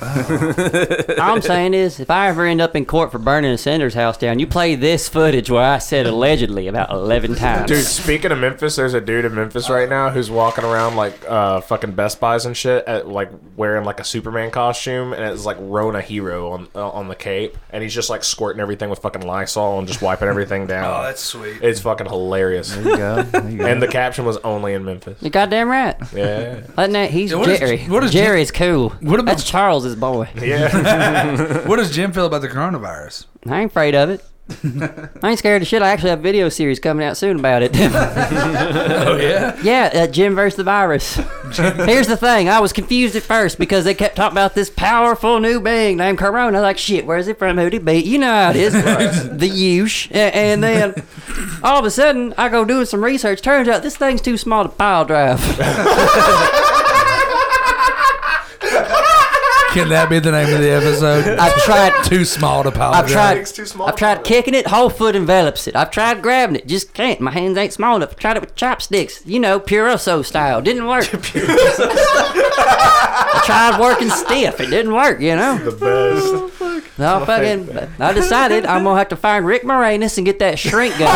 All I'm saying is, if I ever end up in court for burning a sender's house down, you play this footage where I said allegedly about 11 times. Dude, speaking of Memphis, there's a dude in Memphis right now who's walking around like uh, fucking Best Buys and shit, at, like wearing like a Superman costume, and it's like Rona Hero on uh, on the cape, and he's just like squirting everything with fucking Lysol and just wiping everything down. sweet. it's fucking hilarious. Yeah, there you go. and the caption was only in Memphis. You're goddamn right. Yeah, Letting that, he's Yeah, what is- Jerry. what is Jer- Jerry's cool. What about- That's Charles's boy. yeah. What does Jim feel about the coronavirus? I ain't afraid of it. I ain't scared of shit. I actually have a video series coming out soon about it. Oh, yeah? Yeah, uh, Jim versus the virus. Here's the thing: I was confused at first because they kept talking about this powerful new being named Corona. Like, shit, where's it from? Who'd it be? You know how it is, the use. And, and then all of a sudden, I go doing some research. Turns out this thing's too small to pile drive. Can that be the name of the episode? I've tried. Too small to power. I've tried. It's too small I've tried kicking it. Whole foot envelops it. I've tried grabbing it. Just can't. My hands ain't small enough. Tried it with chopsticks. You know, Puroso style. Didn't work. I tried working stiff. It didn't work. You know. The best. No, fucking. I decided I'm gonna have to find Rick Moranis and get that shrink gun.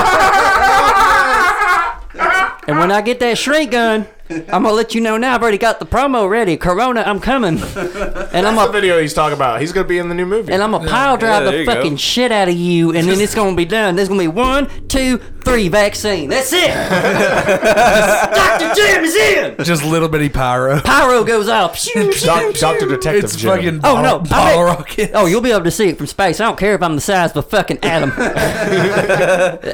and when I get that shrink gun, I'm gonna let you know now. I've already got the promo ready. Corona, I'm coming. And I'm That's the a video he's talking about. He's gonna be in the new movie. and I'm a pile drive there the you go. fucking shit out of you, and then it's gonna be done. There's gonna be one, two, three vaccine. That's it. Doctor Jim is in. Just little bitty pyro. Pyro goes off. Doc, Doctor Detective It's Jim. fucking Oh, no, I Paul mean- Rocket. Oh, you'll be able to see it from space. I don't care if I'm the size of a fucking atom.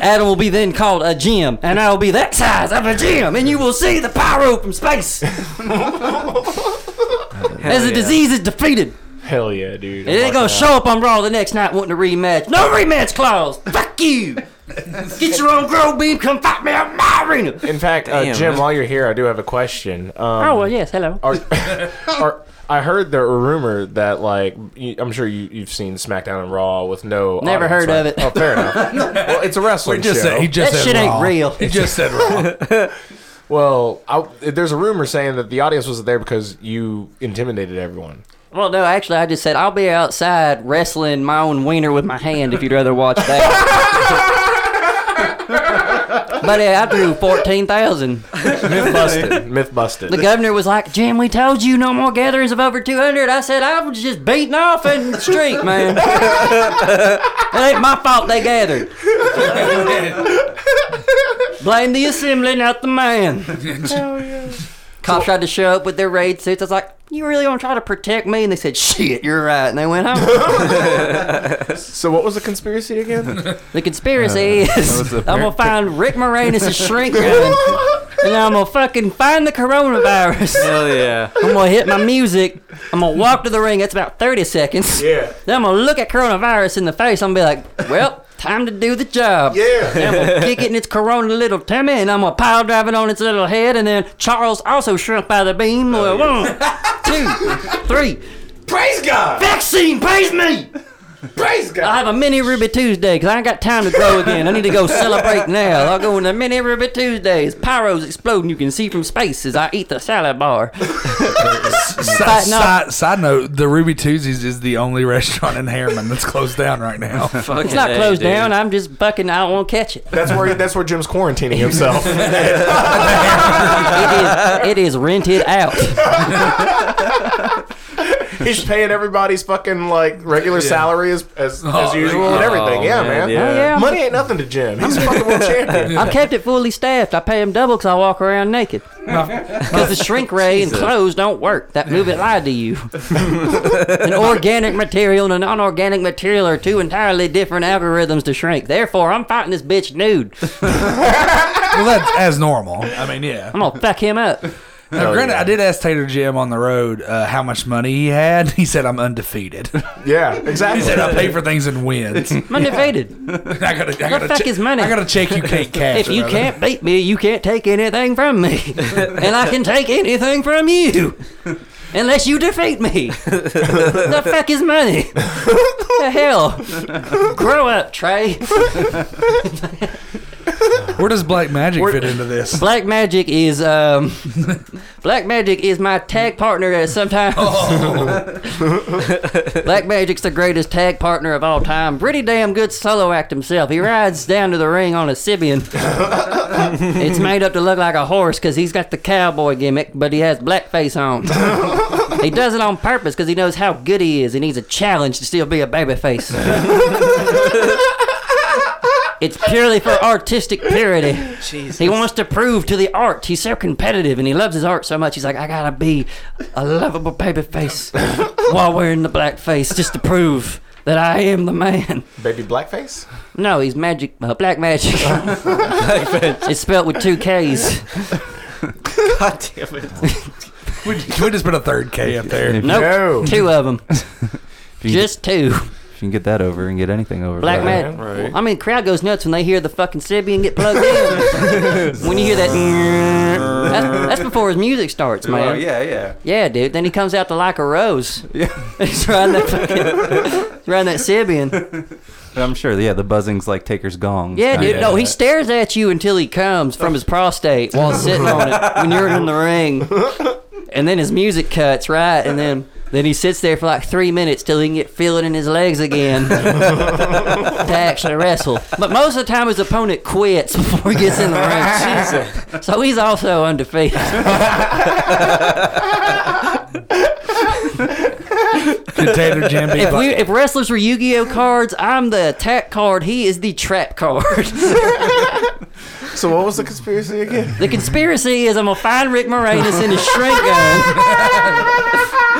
atom will be then called a gem, and I will be that size of a gem, and you will see the pyro from space as the yeah. disease is defeated. Hell yeah, dude. And they gonna show up on Raw the next night wanting a rematch. No rematch clause. Fuck you. Get your own grow beef. Come fight me on my arena. In fact, uh, Damn, Jim, that's- while you're here, I do have a question. Um, Oh well, yes. Hello. are, are, I heard the rumor that like you, I'm sure you you've seen SmackDown and Raw with no. Never audience, heard right? of it. Oh, fair enough. well, it's a wrestling He just show. said, he just That said shit ain't raw. real. He just said raw. well, I, there's a rumor saying that the audience wasn't there because you intimidated everyone. Well, no, actually, I just said I'll be outside wrestling my own wiener with my hand if you'd rather watch that. but yeah, I drew fourteen thousand. Myth busted. Myth busted. The governor was like, "Jim, we told you no more gatherings of over 200." I said, "I was just beating off in the street, man. it ain't my fault they gathered. Blame the assembly, not the man." Cops tried to show up with their raid suits. I was like, "You really gonna try to protect me?" And they said, "Shit, you're right." And they went home. so what was the conspiracy again? the conspiracy is was a I'm gonna find Rick Moranis' shrink gun, and I'm gonna fucking find the coronavirus. Hell yeah. I'm gonna hit my music. I'm gonna walk to the ring. That's about 30 seconds. yeah. Then I'm gonna look at coronavirus in the face. I'm gonna be like, well, time to do the job. Yeah. Then I'm gonna kick it in its corona little tummy, and I'm gonna pile drive it on its little head, and then Charles also shrunk by the beam. Oh, Well, One, two, three. Praise God. Vaccine pays me. Praise God. I have a mini Ruby Tuesday because I ain't got time to grow again. I need to go celebrate now. I'll go into mini Ruby Tuesdays. Pyros exploding. You can see from space as I eat the salad bar. Side, no. side, side note: The Ruby Tuesdays is the only restaurant in Harriman that's closed down right now. It's not Fucking A, closed dude. down. I'm just bucking. I don't want to catch it. That's where that's where Jim's quarantining himself. it, is, it is rented out. He's paying everybody's fucking like regular salary as as, Oh, as usual and everything. yeah, man. Oh, yeah, I'm- Money ain't nothing to Jim. He's a fucking world champion. I've kept it fully staffed. I pay them double because I walk around naked. Because the shrink ray and clothes don't work. That movie lied to you. an organic material and a non-organic material are two entirely different algorithms to shrink. Therefore, I'm fighting this bitch nude. well, that's as normal. I mean, yeah. I'm gonna fuck him up. Now, granted, I did ask Tater Jim on the road uh, how much money he had. He said, "I'm undefeated." yeah, he exactly. said, "I pay for things and wins." I I'm undefeated. gotta, I What gotta the fuck check- is money? I gotta check you can't cash. If you brother. can't beat me, you can't take anything from me. and I can take anything from you. Unless you defeat me. the fuck is money? the hell? Grow up, Trey. where does black magic fit into this? Black Magic is um Black Magic is my tag partner at sometimes Oh. Black Magic's the greatest tag partner of all time. Pretty damn good solo act himself. He rides down to the ring on a Sibian. it's made up to look like a horse because he's got the cowboy gimmick, but he has blackface on. he does it on purpose because he knows how good he is. He needs a challenge to still be a babyface. it's purely for artistic purity. He wants to prove to the art. He's so competitive and he loves his art so much. He's like, I gotta be a lovable baby face while wearing the black face just to prove that I am the man. Baby blackface. No, he's magic, uh, black magic. it's spelled with two K's. God damn it. We, we just put a third K up there. If you, Nope, No. two of them. if you can Just two. get, if you can get that over and get anything over. Black brother. magic. I mean, crowd goes nuts when they hear the fucking Sibian get plugged in. when you hear that, that's, that's before his music starts, man. Oh, yeah, yeah. Yeah, dude. Then he comes out to like a rose. Yeah. he's riding that fucking, he's riding that Sibian. I'm sure. Yeah, the buzzing's like Taker's gong. Yeah, dude. kinda. No, he stares at you until he comes from his prostate while sitting on it when you're in the ring. And then his music cuts, right? And then then he sits there for like three minutes till he can get feeling in his legs again to actually wrestle. But most of the time his opponent quits before he gets in the ring. So he's also undefeated. Did Tater Jim be If black? we if wrestlers were Yu-Gi-Oh cards, I'm the attack card. He is the trap card. So what was the conspiracy again? the conspiracy is I'm gonna find Rick Moranis in his shrink gun.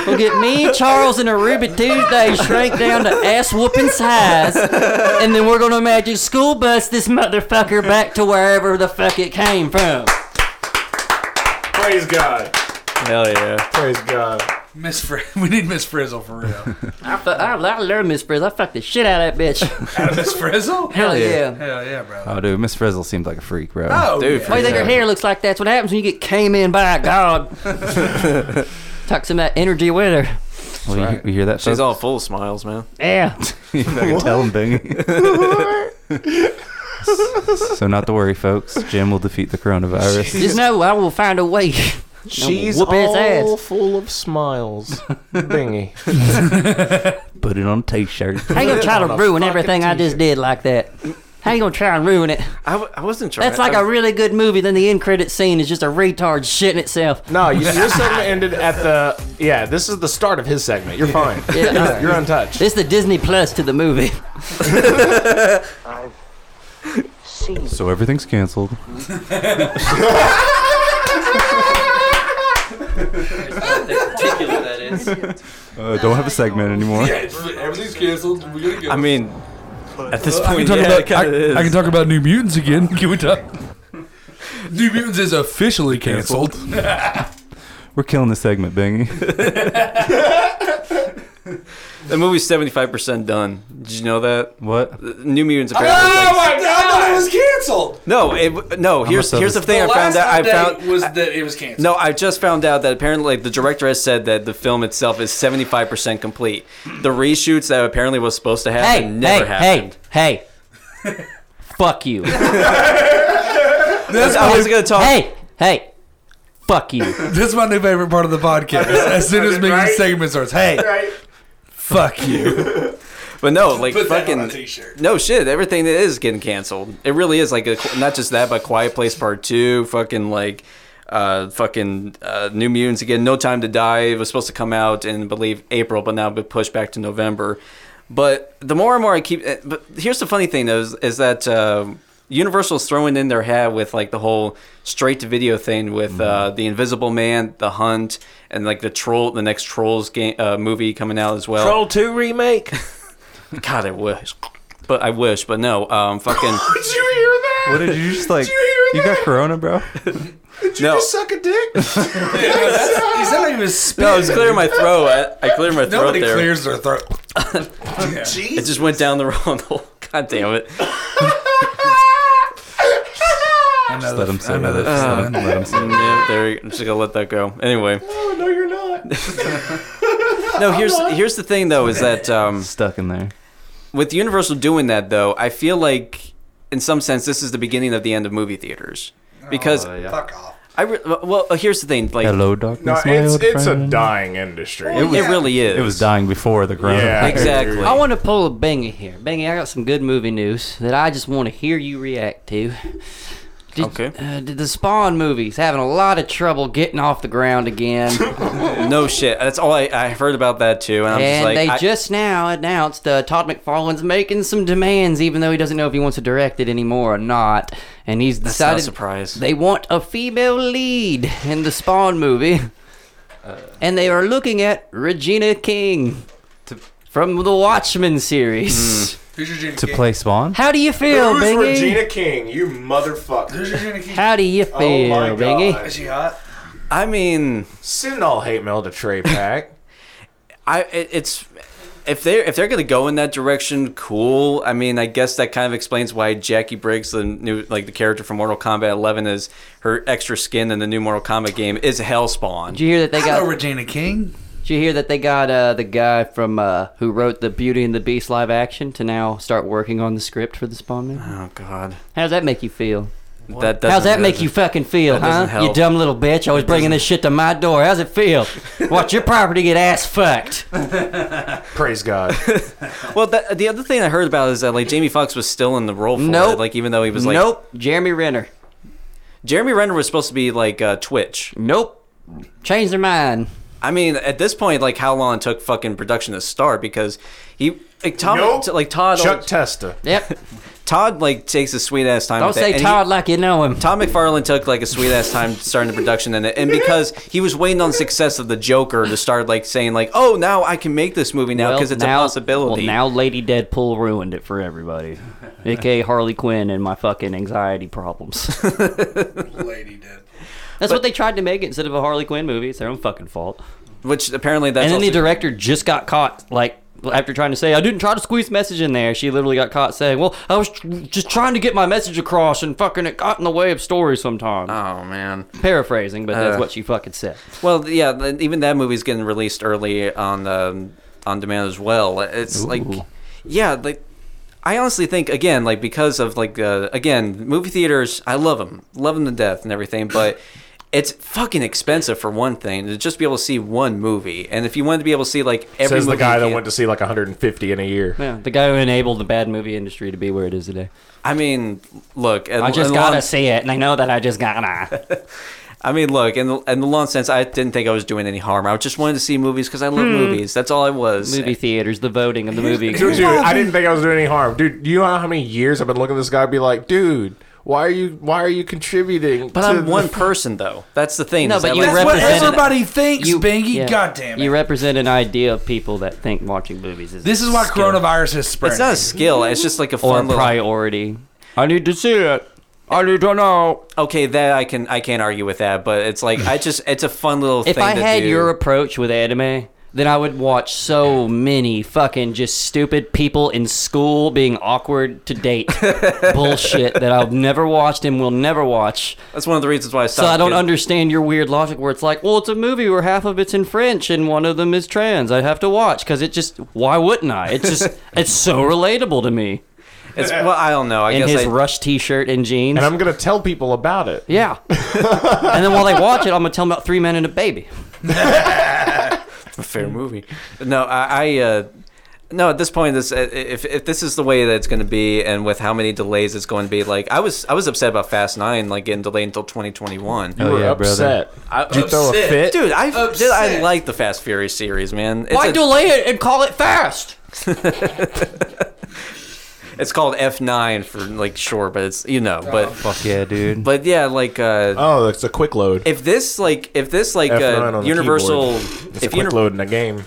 We'll get me, Charles, and a Ruby Tuesday shrink down to ass whooping size, and then we're gonna magic school bus this motherfucker back to wherever the fuck it came from. Praise God. Hell yeah. Praise God. Miss Fri- we need Miss Frizzle for real. I, fu- I, I learned Miss Frizz. I fucked the shit out of that bitch. Miss Frizzle? Hell yeah. Hell yeah, bro. Oh, dude, Miss Frizzle seemed like a freak, bro. Oh, Dude, yeah. Why do you think her hair looks like that? That's what happens when you get came in by God. Talk some of that energy with her. well, you, you hear that? She's folks? all full of smiles, man. Yeah. you can tell him, Bingy. so not to worry, folks. Jim will defeat the coronavirus. Just know I will find a way. She's whoop his all ass. full of smiles. Bingy. Put it on a t-shirt. How you gonna try to ruin everything I just did like that? How you gonna try and ruin it? I, w- I wasn't trying. That's like I, a really good movie. Then the end credit scene is just a retard shitting itself. No, you, your segment ended at the. Yeah, this is the start of his segment. You're fine. Yeah. You're untouched. It's the Disney Plus to the movie. so everything's canceled. Uh, don't have a segment anymore. Everything's canceled. We're gonna go. I mean, at this I can point, talk yeah, about it kind of I, is. I can talk about New Mutants again. Can we talk? New Mutants is officially canceled. We're killing the segment, Bingy. the movie's seventy five percent done. Did you know that? What? The New Mutants apparently. oh like- my god! I thought it was canceled. no, it, no. Here's upset here's the with- thing. I found out. I found was that it was canceled. No, I just found out that apparently like, the director has said that the film itself is 75% complete. The reshoots that apparently was supposed to happen Hey, never hey, hey, happened. hey. Fuck you. I wasn't going to talk. Hey, hey. Fuck you. This is my new favorite part of the podcast. As soon as Mickey's segment starts, hey, fuck you. But no, like Put that fucking on a t-shirt. no shit. Everything that is getting canceled. It really is like a, not just that, but Quiet Place Part Two. Fucking like, uh, fucking uh, New Mutants again. No Time to Die it was supposed to come out in I believe April, but now been pushed back to November. But the more and more I keep, eh, but here's the funny thing though is, is that. Uh, Universal's throwing in their hat with like the whole straight to video thing with uh, Mm-hmm. the Invisible Man, The Hunt, and like the troll, the next Trolls game uh, movie coming out as well. Troll 2 remake. God, I wish. But I wish, but no, um, fucking Did you hear that? What did you just like? you hear You got corona, bro. Did you No. just suck a dick? He's not even spit. no, it's clearing my throat. I, I cleared my throat Nobody there. clears their throat. It just went down the wrong hole. God damn it! Another, Let him say that. Just let him- let him say it. Mm, Yeah, there, I'm just gonna let that go. Anyway, Oh, no, you're not. no. Here's here's the thing though, is that um, Stuck in there. with Universal doing that though, I feel like in some sense this is the beginning of the end of movie theaters because Fuck off. I re- uh, well here's the thing like Oh, Hello, darkness, No, my it's, old it's a friend. dying industry. Oh, it, it really is. It was dying before the corona. Yeah. exactly. I want to pull a Bingy here. Bingy, I got some good movie news that I just want to hear you react to. Did, Okay. uh, did the Spawn movies having a lot of trouble getting off the ground again? no shit. That's all I, I heard about that too, and I'm and just like they I- just now announced uh, Todd McFarlane's making some demands, even though he doesn't know if he wants to direct it anymore or not. And he's that's not a decided surprise. they want a female lead in the Spawn movie, Uh, and they are looking at Regina King from the Watchmen Hmm. series. Who's your Gina To King? play Spawn? How do you feel, Who's Bingy? Regina King? You Who's motherfucker. your Gina King? How do you Oh feel, my God. Bingy? Is she hot? I mean. Send all hate mail to Trey Pack. I it, it's if they're if they're gonna go in that direction, cool. I mean, I guess that kind of explains why Jackie Briggs, the new like the character from Mortal Kombat 11, is her extra skin in the new Mortal Kombat game is Hellspawn. Did you hear that they I know got? Regina King. Did you hear that they got uh, the guy from uh, who wrote the Beauty and the Beast live action to now start working on the script for the Spawn movie? Oh God, How does that make you feel? that doesn't, How's that make you doesn't- fucking feel, that doesn't huh? You help. dumb little bitch! Always bringing this shit to my door. How's it feel? Watch your property get ass fucked. Praise God. Well, that, the other thing I heard about is that like Jamie Foxx was still in the role for Nope. it, like even though he was like nope. Jeremy Renner. Jeremy Renner was supposed to be like uh, Twitch. Nope. Change their mind. I mean, at this point, like how long it took fucking production to start because he like Todd Nope. like Todd Chuck Testa. Yep. Todd like takes a sweet ass time. Don't with that, say and he- Todd like you know him. Tom McFarlane took like a sweet ass time starting the production in it, and because he was waiting on success of the Joker to start like saying like, oh, now I can make this movie now Well, because it's now- a possibility. Well, now Lady Deadpool ruined it for everybody, aka Harley Quinn and my fucking anxiety problems. That's Lady did. what they tried to make it instead of a Harley Quinn movie. It's their own fucking fault. which apparently that's and then the also- director just got caught, like, after trying to say, I didn't try to squeeze message in there. She literally got caught saying, Well, I was tr- just trying to get my message across and fucking it got in the way of story sometimes. Oh man. Paraphrasing, but that's Uh. what she fucking said. Well, yeah, th- even that movie's getting released early on um, on demand as well. It's like, yeah, like I honestly think again, like because of like uh, again, movie theaters, I love them, love them to death and everything, but. It's fucking expensive for one thing to just be able to see one movie, and if you wanted to be able to see like every Says the movie guy you that can- went to see like 150 in a year. Yeah, the guy who enabled the bad movie industry to be where it is today. I mean, look, and, I just and gotta long- see it, and I know that I just gotta. I mean, look, in the, in the long sense, I didn't think I was doing any harm. I just wanted to see movies because I Hmm. love movies. That's all I was. movie theaters, the voting of the movie. Dude, I didn't think I was doing any harm, dude. Do you know how many years I've been looking at this guy? and Be like, dude, why are you? Why are you contributing? But to I'm one the- person, though. That's the thing. No, is but that, you like- That's what represented- everybody thinks, Bingy. yeah. God damn E it. You represent an idea of people that think watching movies is this is why coronavirus has spread. It's not a skill. It's just like a or fun little. priority. I need to see it. I need to know. Okay, that I can I can't argue with that, but it's like I just it's a fun little. If thing I to had do. your approach with anime, then I would watch so many fucking just stupid people in school being awkward to date bullshit that I've never watched and will never watch. that's one of the reasons why I So stopped. I don't 'cause- understand your weird logic where it's like, well, it's a movie where half of it's in French and one of them is trans. I'd have to watch because it just, why wouldn't I? It's just, it's so relatable to me. It's, well, I don't know. I In guess his I, Rush t-shirt and jeans. And I'm gonna tell people about it. yeah. and then while they watch it, I'm going to tell them about Three Men and a Baby. fair movie. No, I, I uh, no. At this point, this uh, if if this is the way that it's going to be, and with how many delays it's going to be, like I was I was upset about Fast Nine like getting delayed until 2021. You Oh, were yeah, brother. upset. Did you throw a upset. fit? Dude, I dude, I Upset. like the Fast Furious series, man. It's Why a- delay it and call it fast? It's called F9 for like sure, but it's you know, but Fuck yeah, dude. but yeah, like uh Oh, it's a quick load. if this like if this like F9 uh, on the Universal It's a if quick uni- load in a game.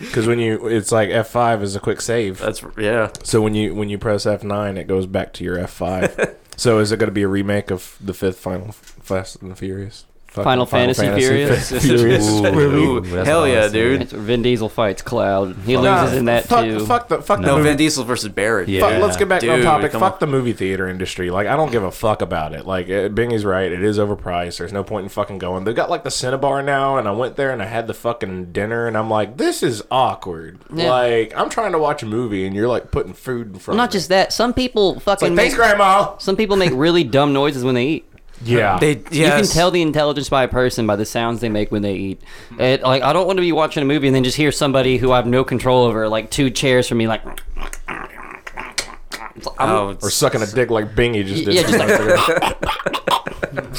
Because when you, it's like F5 is a quick save. that's yeah. So when you when you press F9, it goes back to your F5. so is it going to be a remake of the fifth Final F- Fast and the Furious? Fucking Final Fantasy Furious? Fa- Furious. Ooh, Ooh, that's hell yeah, awesome. dude. That's where Vin Diesel fights Cloud. He Nah, loses in that fuck, too. Fuck the fuck the No, Vin movie. Diesel versus Barry. Yeah. Fuck, let's get back on Dude, topic. come Fuck on. the movie theater industry. Like, I don't give a fuck about it. Like, uh, Bingy's right. It is overpriced. There's no point in fucking going. They've got, like, the Cinnabar now, and I went there and I had the fucking dinner, and I'm like, this is awkward. Yeah. Like, I'm trying to watch a movie, and you're, like, putting food in front Not of just that. Some people me. fucking Like, make, thanks, Grandma. some people make really dumb noises when they eat. Yeah. They yes. You can tell the intelligence by a person by the sounds they make when they eat. It, like I don't want to be watching a movie and then just hear somebody who I have no control over, like two chairs from me, like oh, or it's- sucking a dick like Bingy just did. Yeah, just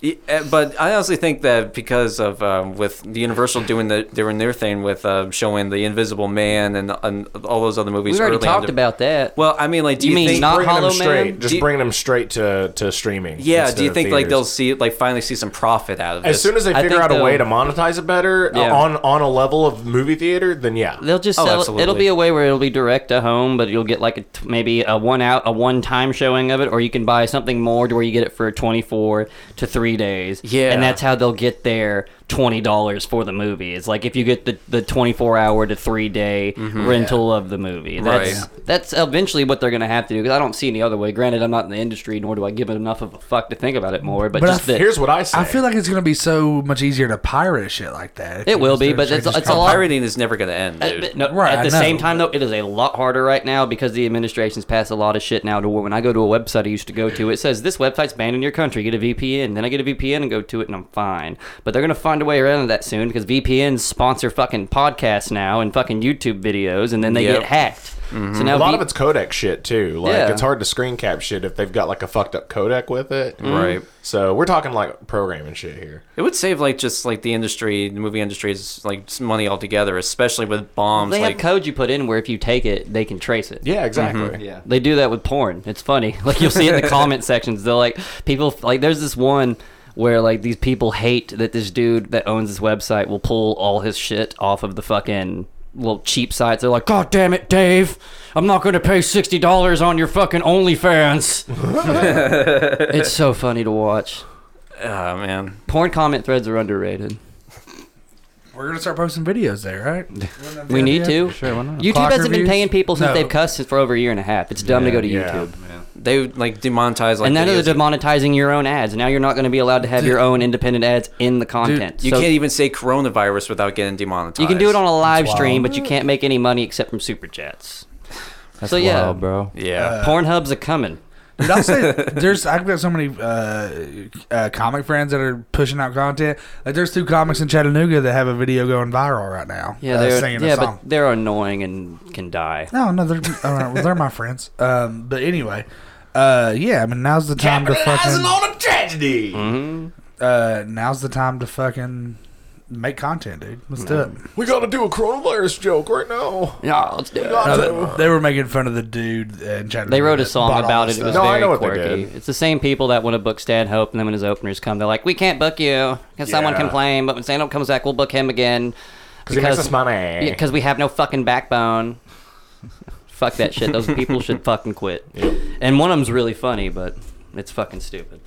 Yeah, uh, but I honestly think that because of um, with the Universal doing the doing their thing with uh, showing the Invisible Man and, and all those other movies. we've already early on talked to- about that. Well, I mean, like, do You you, mean think not bringing Hollow them straight. Man? Just Do you- bringing them straight to, to streaming. Yeah, instead do you of think like they'll theaters. see like finally see some profit out of this? As soon as they I figure think out a way to they'll- monetize it better uh, Yeah. on on a level of movie theater, then yeah. They'll just Oh, sell it. absolutely. It'll be a way where it'll be direct to home, but you'll get like a t- maybe a one out, a one time showing of it, or you can buy something more to where you get it for 24 to three days. Yeah. And that's how they'll get their $20 for the movie. It's like if you get the, the 24 hour to three day rental of the movie. That's, that's eventually what they're going to have to do because I don't see any other way. Granted, I'm not in the industry, nor do I give it enough of a fuck to think about it more, but, But I just that. Here's what I say. I feel like it's going to be so much easier to pirate shit like that. if It you will just be, do it but straight it's- to it's a streaming. lot- pirating is never going to end, Uh, dude. but no, Right, at the I know. same time, though, it is a lot harder right now because the administration's passed a lot of shit now. To where when I go to a website I used to go to, it says this website's banned in your country. Get a VPN. Then I get a VPN and go to it, and I'm fine. But they're gonna find a way around that soon because VPNs sponsor fucking podcasts now and fucking YouTube videos, and then they Yep. get hacked. So now a lot V- of it's codec shit too. Like Yeah. it's hard to screen cap shit if they've got like a fucked up codec with it. Mm-hmm. Right. So we're talking like programming shit here. It would save like just like the industry, the movie industry's like just money altogether, especially with bombs. they like, have code you put in where if you take it, they can trace it. Yeah, exactly. Yeah. They do that with porn. It's funny. Like you'll see it in the comment sections. They're like people like there's this one where like these people hate that this dude that owns this website will pull all his shit off of the fucking little cheap sites. They're like, God damn it, Dave. I'm not gonna pay sixty dollars on your fucking OnlyFans. it's so funny to watch. oh man, Porn comment threads are underrated. We're gonna start posting videos there, right? We need to. Sure, why not? YouTube Clock hasn't been reviews? paying people since No. they've cussed for over a year and a half. It's dumb to go to YouTube. They would, like demonetize like and now they're videos. demonetizing your own ads. Now you're not going to be allowed to have your own independent ads in the content. You So can't even say coronavirus without getting demonetized. you can do it on a live stream, but you can't make any money except from super chats. That's So, yeah. wild, bro. Yeah. Uh. Pornhub's a coming. Dude, I'll say there's. I've got so many uh, uh, comic friends that are pushing out content. Like there's two comics in Chattanooga that have a video going viral right now. Yeah, uh, they're singing yeah, a song. but they're annoying and can die. no, no, they're all right, well, they're my friends. Um, but anyway, uh, yeah. I mean, now's the time to Capitalizing fucking. on a tragedy. Mm-hmm. Uh, now's the time to fucking make content, dude. Let's do it. We gotta do a coronavirus joke right now. No, let's do it. Got to. No, they, they were making fun of the dude in Chattanooga. They wrote a that song bought all about it. this It was stuff. No, I very know what they quirky. did. It's the same people that want to book Stanhope, and then when his openers come, they're like, "We can't book you because someone Yeah. can complained, but when Stanhope comes back, we'll book him again he makes us money." because we have no fucking backbone." Fuck that shit. Those people should fucking quit. And one of them's really funny, but it's fucking stupid.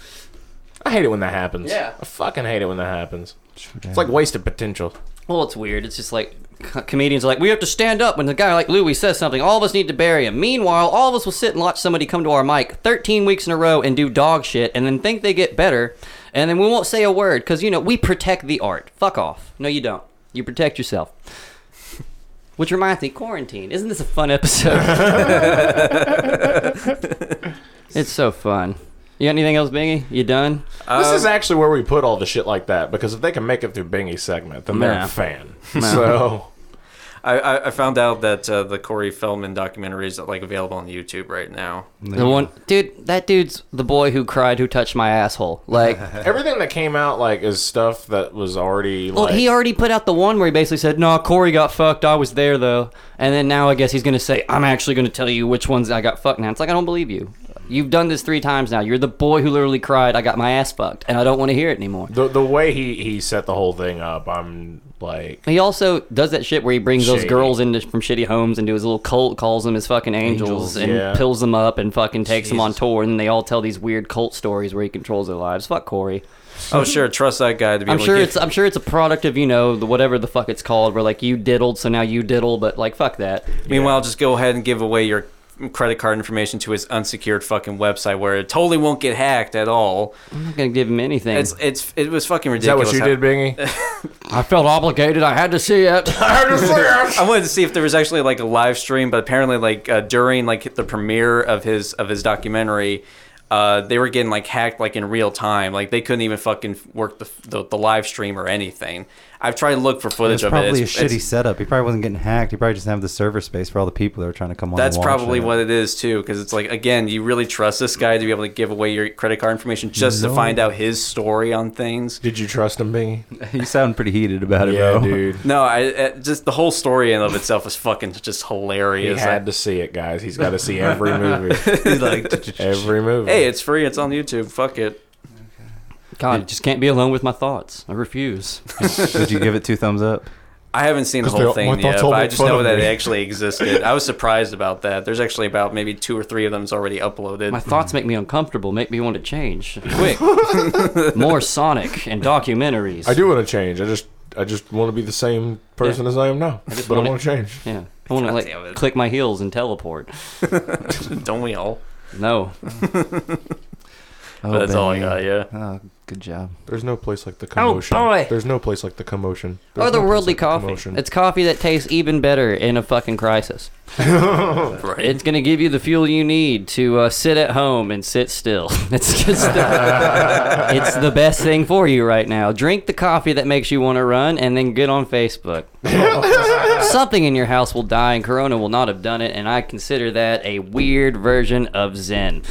I hate it when that happens. Yeah. I fucking hate it when that happens. It's like wasted potential. Well, it's weird. It's just like co- comedians are like, we have to stand up when the guy like Louis says something. All of us need to bury him. Meanwhile, all of us will sit and watch somebody come to our mic 13 weeks in a row and do dog shit and then think they get better. And then we won't say a word because, you know, we protect the art. Fuck off. No, you don't. You protect yourself. Which reminds me, quarantine. Isn't this a fun episode? it's so fun. You got anything else, Bingy? You done? this is actually where we put all the shit like that because if they can make it through Bingy's segment, then they're Nah. a fan. So I, I, I found out that uh, the Corey Feldman documentary is like available on YouTube right now. The one, dude. That dude's the boy who cried, who touched my asshole. Like, everything that came out like is stuff that was already well, like he already put out the one where he basically said, "No, Corey got fucked. I was there though." And then now I guess he's gonna say, "I'm actually gonna tell you which ones I got fucked." Now it's like I don't believe you. You've done this three times now. You're the boy who literally cried, "I got my ass fucked," and I don't want to hear it anymore. the the way he he set the whole thing up. I'm like, He also does that shit where he brings those Shady. girls into from shitty homes into his little cult, calls them his fucking angels, Angels, and yeah. pills them up and fucking takes them on tour, and then they all tell these weird cult stories where he controls their lives. Fuck Corey. Oh sure, trust that guy to be. I'm able sure to it's I'm sure it's a product of you know the whatever the fuck it's called where like you diddled so now you diddle but like fuck that Meanwhile, just go ahead and give away your credit card information to his unsecured fucking website where it totally won't get hacked at all. I'm not gonna give him anything. It's it's it was fucking Hmm. is that ridiculous. what you did, Bingy? I felt obligated. I had to see it. I wanted to see if there was actually like a live stream, but apparently, like uh, during like the premiere of his of his documentary, uh, they were getting like hacked like in real time. Like they couldn't even fucking work the the, the live stream or anything. I've tried to look for footage It's of it. probably It's- a shitty it's- setup. He probably wasn't getting hacked. He probably just didn't have the server space for all the people that were trying to come on. That's and watch probably that. what it is too, because it's like again, you really trust this guy to be able to give away your credit card information just to No. find out his story on things. Did you trust him, Bingy? You sound pretty heated about it, bro. dude. No, I, I just the whole story in and of itself is fucking just He hilarious. had to see it, guys. He's got to see every movie. like, every movie. hey, it's free. It's on YouTube. Fuck it. God, I just can't be alone with my thoughts. I refuse. Did you give it two thumbs up? I haven't seen the 'Cause they- my whole thing thoughts yet, all but I make just fun know of that me. it actually existed. I was surprised about that. There's actually about maybe two or three of them's already uploaded. My thoughts make me uncomfortable. Make me want to change. Quick, more Sonic and documentaries. I do want to change. I just I just want to be the same person as I am now, but I wanna- want to change. Yeah, I want to God damn like it. click my heels and teleport. Don't we all? No, Oh, But that's all I baby. got. Yeah. Oh, good job. There's no place like the commotion. boy. There's no place like the commotion. There's no place otherworldly like the coffee. commotion. It's coffee that tastes even better in a fucking crisis. It's gonna give you the fuel you need to uh, sit at home and sit still. It's just uh, it's the best thing for you right now. Drink the coffee that makes you want to run, and then get on Facebook. Something in your house will die, and Corona will not have done it. And I consider that a weird version of Zen.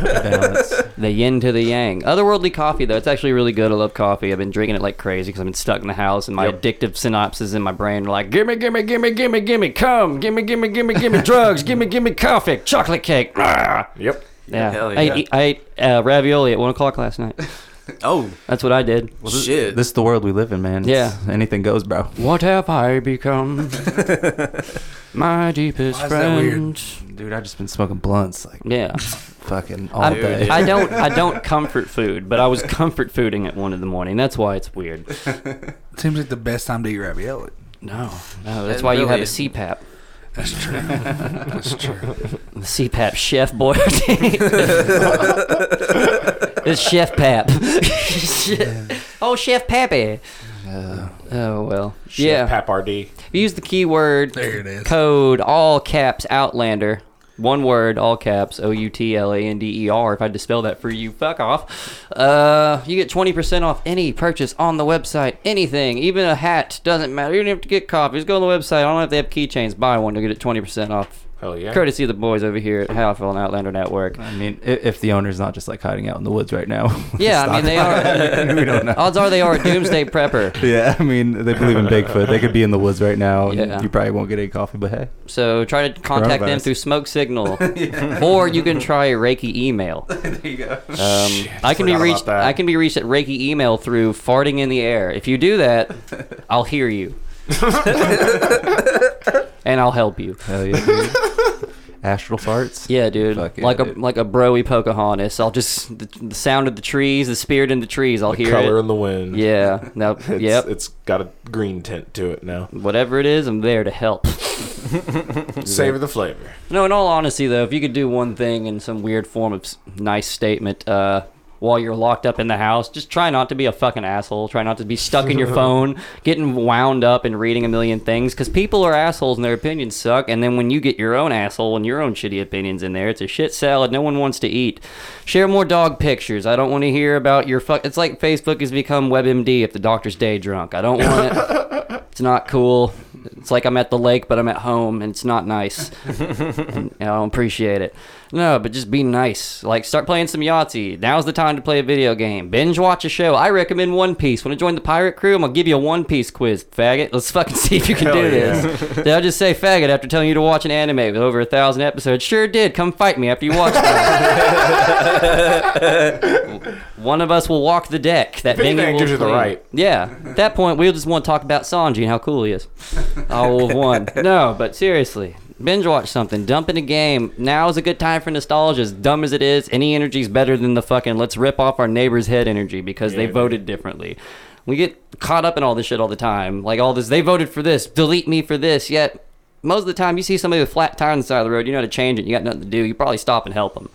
The yin to the yang. Otherworldly coffee, though, it's actually really good. I love coffee. I've been drinking it like crazy because I've been stuck in the house, and my addictive synapses in my brain are like, gimme, gimme, gimme, gimme, gimme, come, gimme, gimme, gimme, gimme, drugs, gimme, gimme, coffee, chocolate cake. Ah. yep. Yeah, hell I yeah. ate, I ate uh, ravioli at one o'clock last night. Oh That's what I did. shit. This is the world we live in, man. It's- anything goes, bro. What have I become? my deepest Why is that weird? friend. Dude, I've just been smoking blunts like Yeah, fucking all I'm, day. I don't, I don't comfort food, but I was comfort fooding at one in the morning. That's why it's weird. Seems like the best time to eat ravioli. No, no. That's It why you have a really- CPAP. That's true. That's true. The CPAP Chef Boyardee. it's Chef Pap. Shit. oh, Chef Pappy. oh well. yeah. Papardi. Use the keyword There it is. code all caps Outlander. One word, all caps, O U T L A N D E R. If I had to spell that for you, fuck off. Uh, you get 20% off any purchase on the website, anything, even a hat, doesn't matter. You don't have to get coffee. Just go on the website. I don't know if they have keychains. Buy one, you'll get it 20% off. Hell yeah. Courtesy of the boys over here at Halfville and Outlander Network. I mean, i- if the owner's not just like hiding out in the woods right now. Yeah, I mean, they are. we don't know. Odds are they are a doomsday prepper. yeah, I mean, they believe in Bigfoot. They could be in the woods right now. and Yeah. You probably won't get any coffee, but hey. So try to contact them Coronavirus. through Smoke Signal, or you can try Reiki email. there you go. Um, I can be forgot about reached. that. I can be reached at Reiki email through farting in the air. If you do that, I'll hear you, and I'll help you. Hell yeah, dude. Astral farts. Yeah, dude. Fuck yeah, like a dude. like a broy Pocahontas. I'll just the, the sound of the trees, the spirit in the trees. I'll hear Color it. in the wind. yeah. No. It's, yep. Mm-hmm. It's got a green tint to it now. Whatever it is, I'm there to help. Savor the flavor. No, in all honesty, though, if you could do one thing in some weird form of s- nice statement uh, while you're locked up in the house, just try not to be a fucking asshole. Try not to be stuck in your phone, getting wound up and reading a million things, because people are assholes and their opinions suck. And then when you get your own asshole and your own shitty opinions in there, it's a shit salad no one wants to eat. Share more dog pictures. I don't want to hear about your fuck. It's like Facebook has become WebMD if the doctor's day drunk. I don't want it. It's not cool. It's like I'm at the lake, but I'm at home, and it's not nice. and I don't appreciate it. No, but just be nice. Like, start playing some Yahtzee. Now's the time to play a video game. Binge watch a show. I recommend One Piece. When I join the pirate crew, I'm going to give you a One Piece quiz, faggot. Let's fucking see if you can do this. Did I just say faggot after telling you to watch an anime with over a thousand episodes? Sure did. Come fight me after you watch it. One of us will walk the deck. That If anything venue will gives you the clean. right. Yeah. At that point, we'll just want to talk about Sanji and how cool he is. I will have won. No, but seriously, binge watch something. Dump in a game. Now is a good time for nostalgia. As dumb as it is, any energy is better than the fucking let's rip off our neighbor's head energy because they voted differently. We get caught up in all this shit all the time. Like all this, they voted for this, delete me for this. Yet, most of the time, you see somebody with flat tire on the side of the road, you know how to change it. You got nothing to do. You probably stop and help them.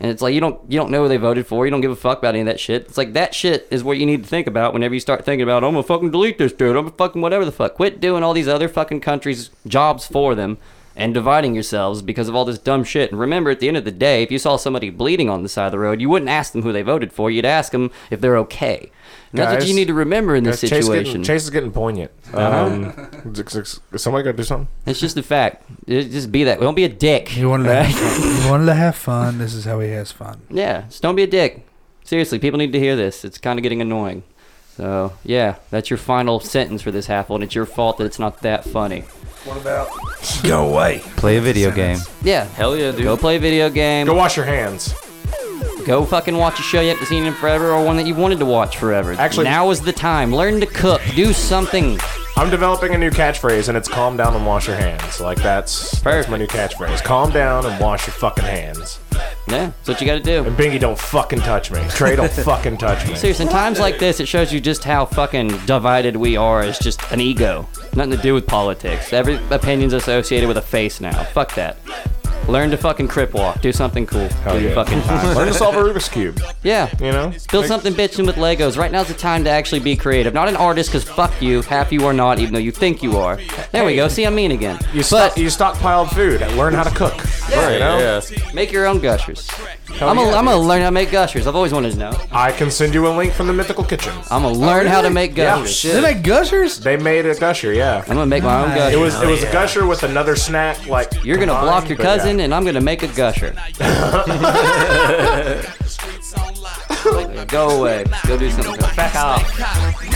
And it's like you don't you don't know who they voted for. You don't give a fuck about any of that shit. It's like that shit is what you need to think about whenever you start thinking about I'm gonna fucking delete this dude. I'm gonna fucking whatever the fuck. Quit doing all these other fucking countries' jobs for them and dividing yourselves because of all this dumb shit. And remember, at the end of the day, if you saw somebody bleeding on the side of the road, you wouldn't ask them who they voted for. You'd ask them if they're okay. And that's what Guys, you need to remember in this Chase getting- situation. Chase is getting poignant. Um, somebody got to do something. It's just a fact. It- just be that. Don't be a dick. You wanted to have fun. You wanted to have fun. This is how he has fun. Yeah, just don't be a dick. Seriously, people need to hear this. It's kind of getting annoying. So, yeah, that's your final sentence for this half and it's your fault that it's not that funny. What about? Go away. Play a video game. Yeah. Hell yeah, dude. Go play a video game. Go Go, wash your hands. fucking watch a show you haven't seen in forever or one that you wanted to watch forever. Actually- now is the time. Learn to cook. Do something. I'm developing a new catchphrase, and it's calm down and wash your hands. Like that's that's my new catchphrase. Calm down and wash your fucking hands. Yeah, that's what you got to do. And Bingy, don't fucking touch me. Trey, don't fucking touch me. Seriously, in times like this, it shows you just how fucking divided we are as just an ego. Nothing to do with politics. Every opinion's associated with a face now. Fuck that. Learn to fucking crip walk. Do something cool. Hell do your Oh, yeah. fucking time. Learn to solve a Rubik's cube. Yeah. You know, Build something bitching with Legos. Right now's the time to actually be creative. Not an artist, because fuck you. Half you are not, even though you think you are. There we go. See, I'm mean again. you but stock, you stockpiled food. and Learn how to cook. you know? yeah. make your own gushers. I'm gonna I'm gonna learn how to make gushers. I've always wanted to know. I can send you a link from the Mythical Kitchen. I'm gonna learn how to make Oh, Yeah, gushers. They make gushers. They made a gusher. Yeah. I'm gonna make my own It gushers. was it was a gusher with another snack like You're gonna combined, block your but yeah. cousin, and I'm gonna make a gusher. Go away. Go do something. Back off.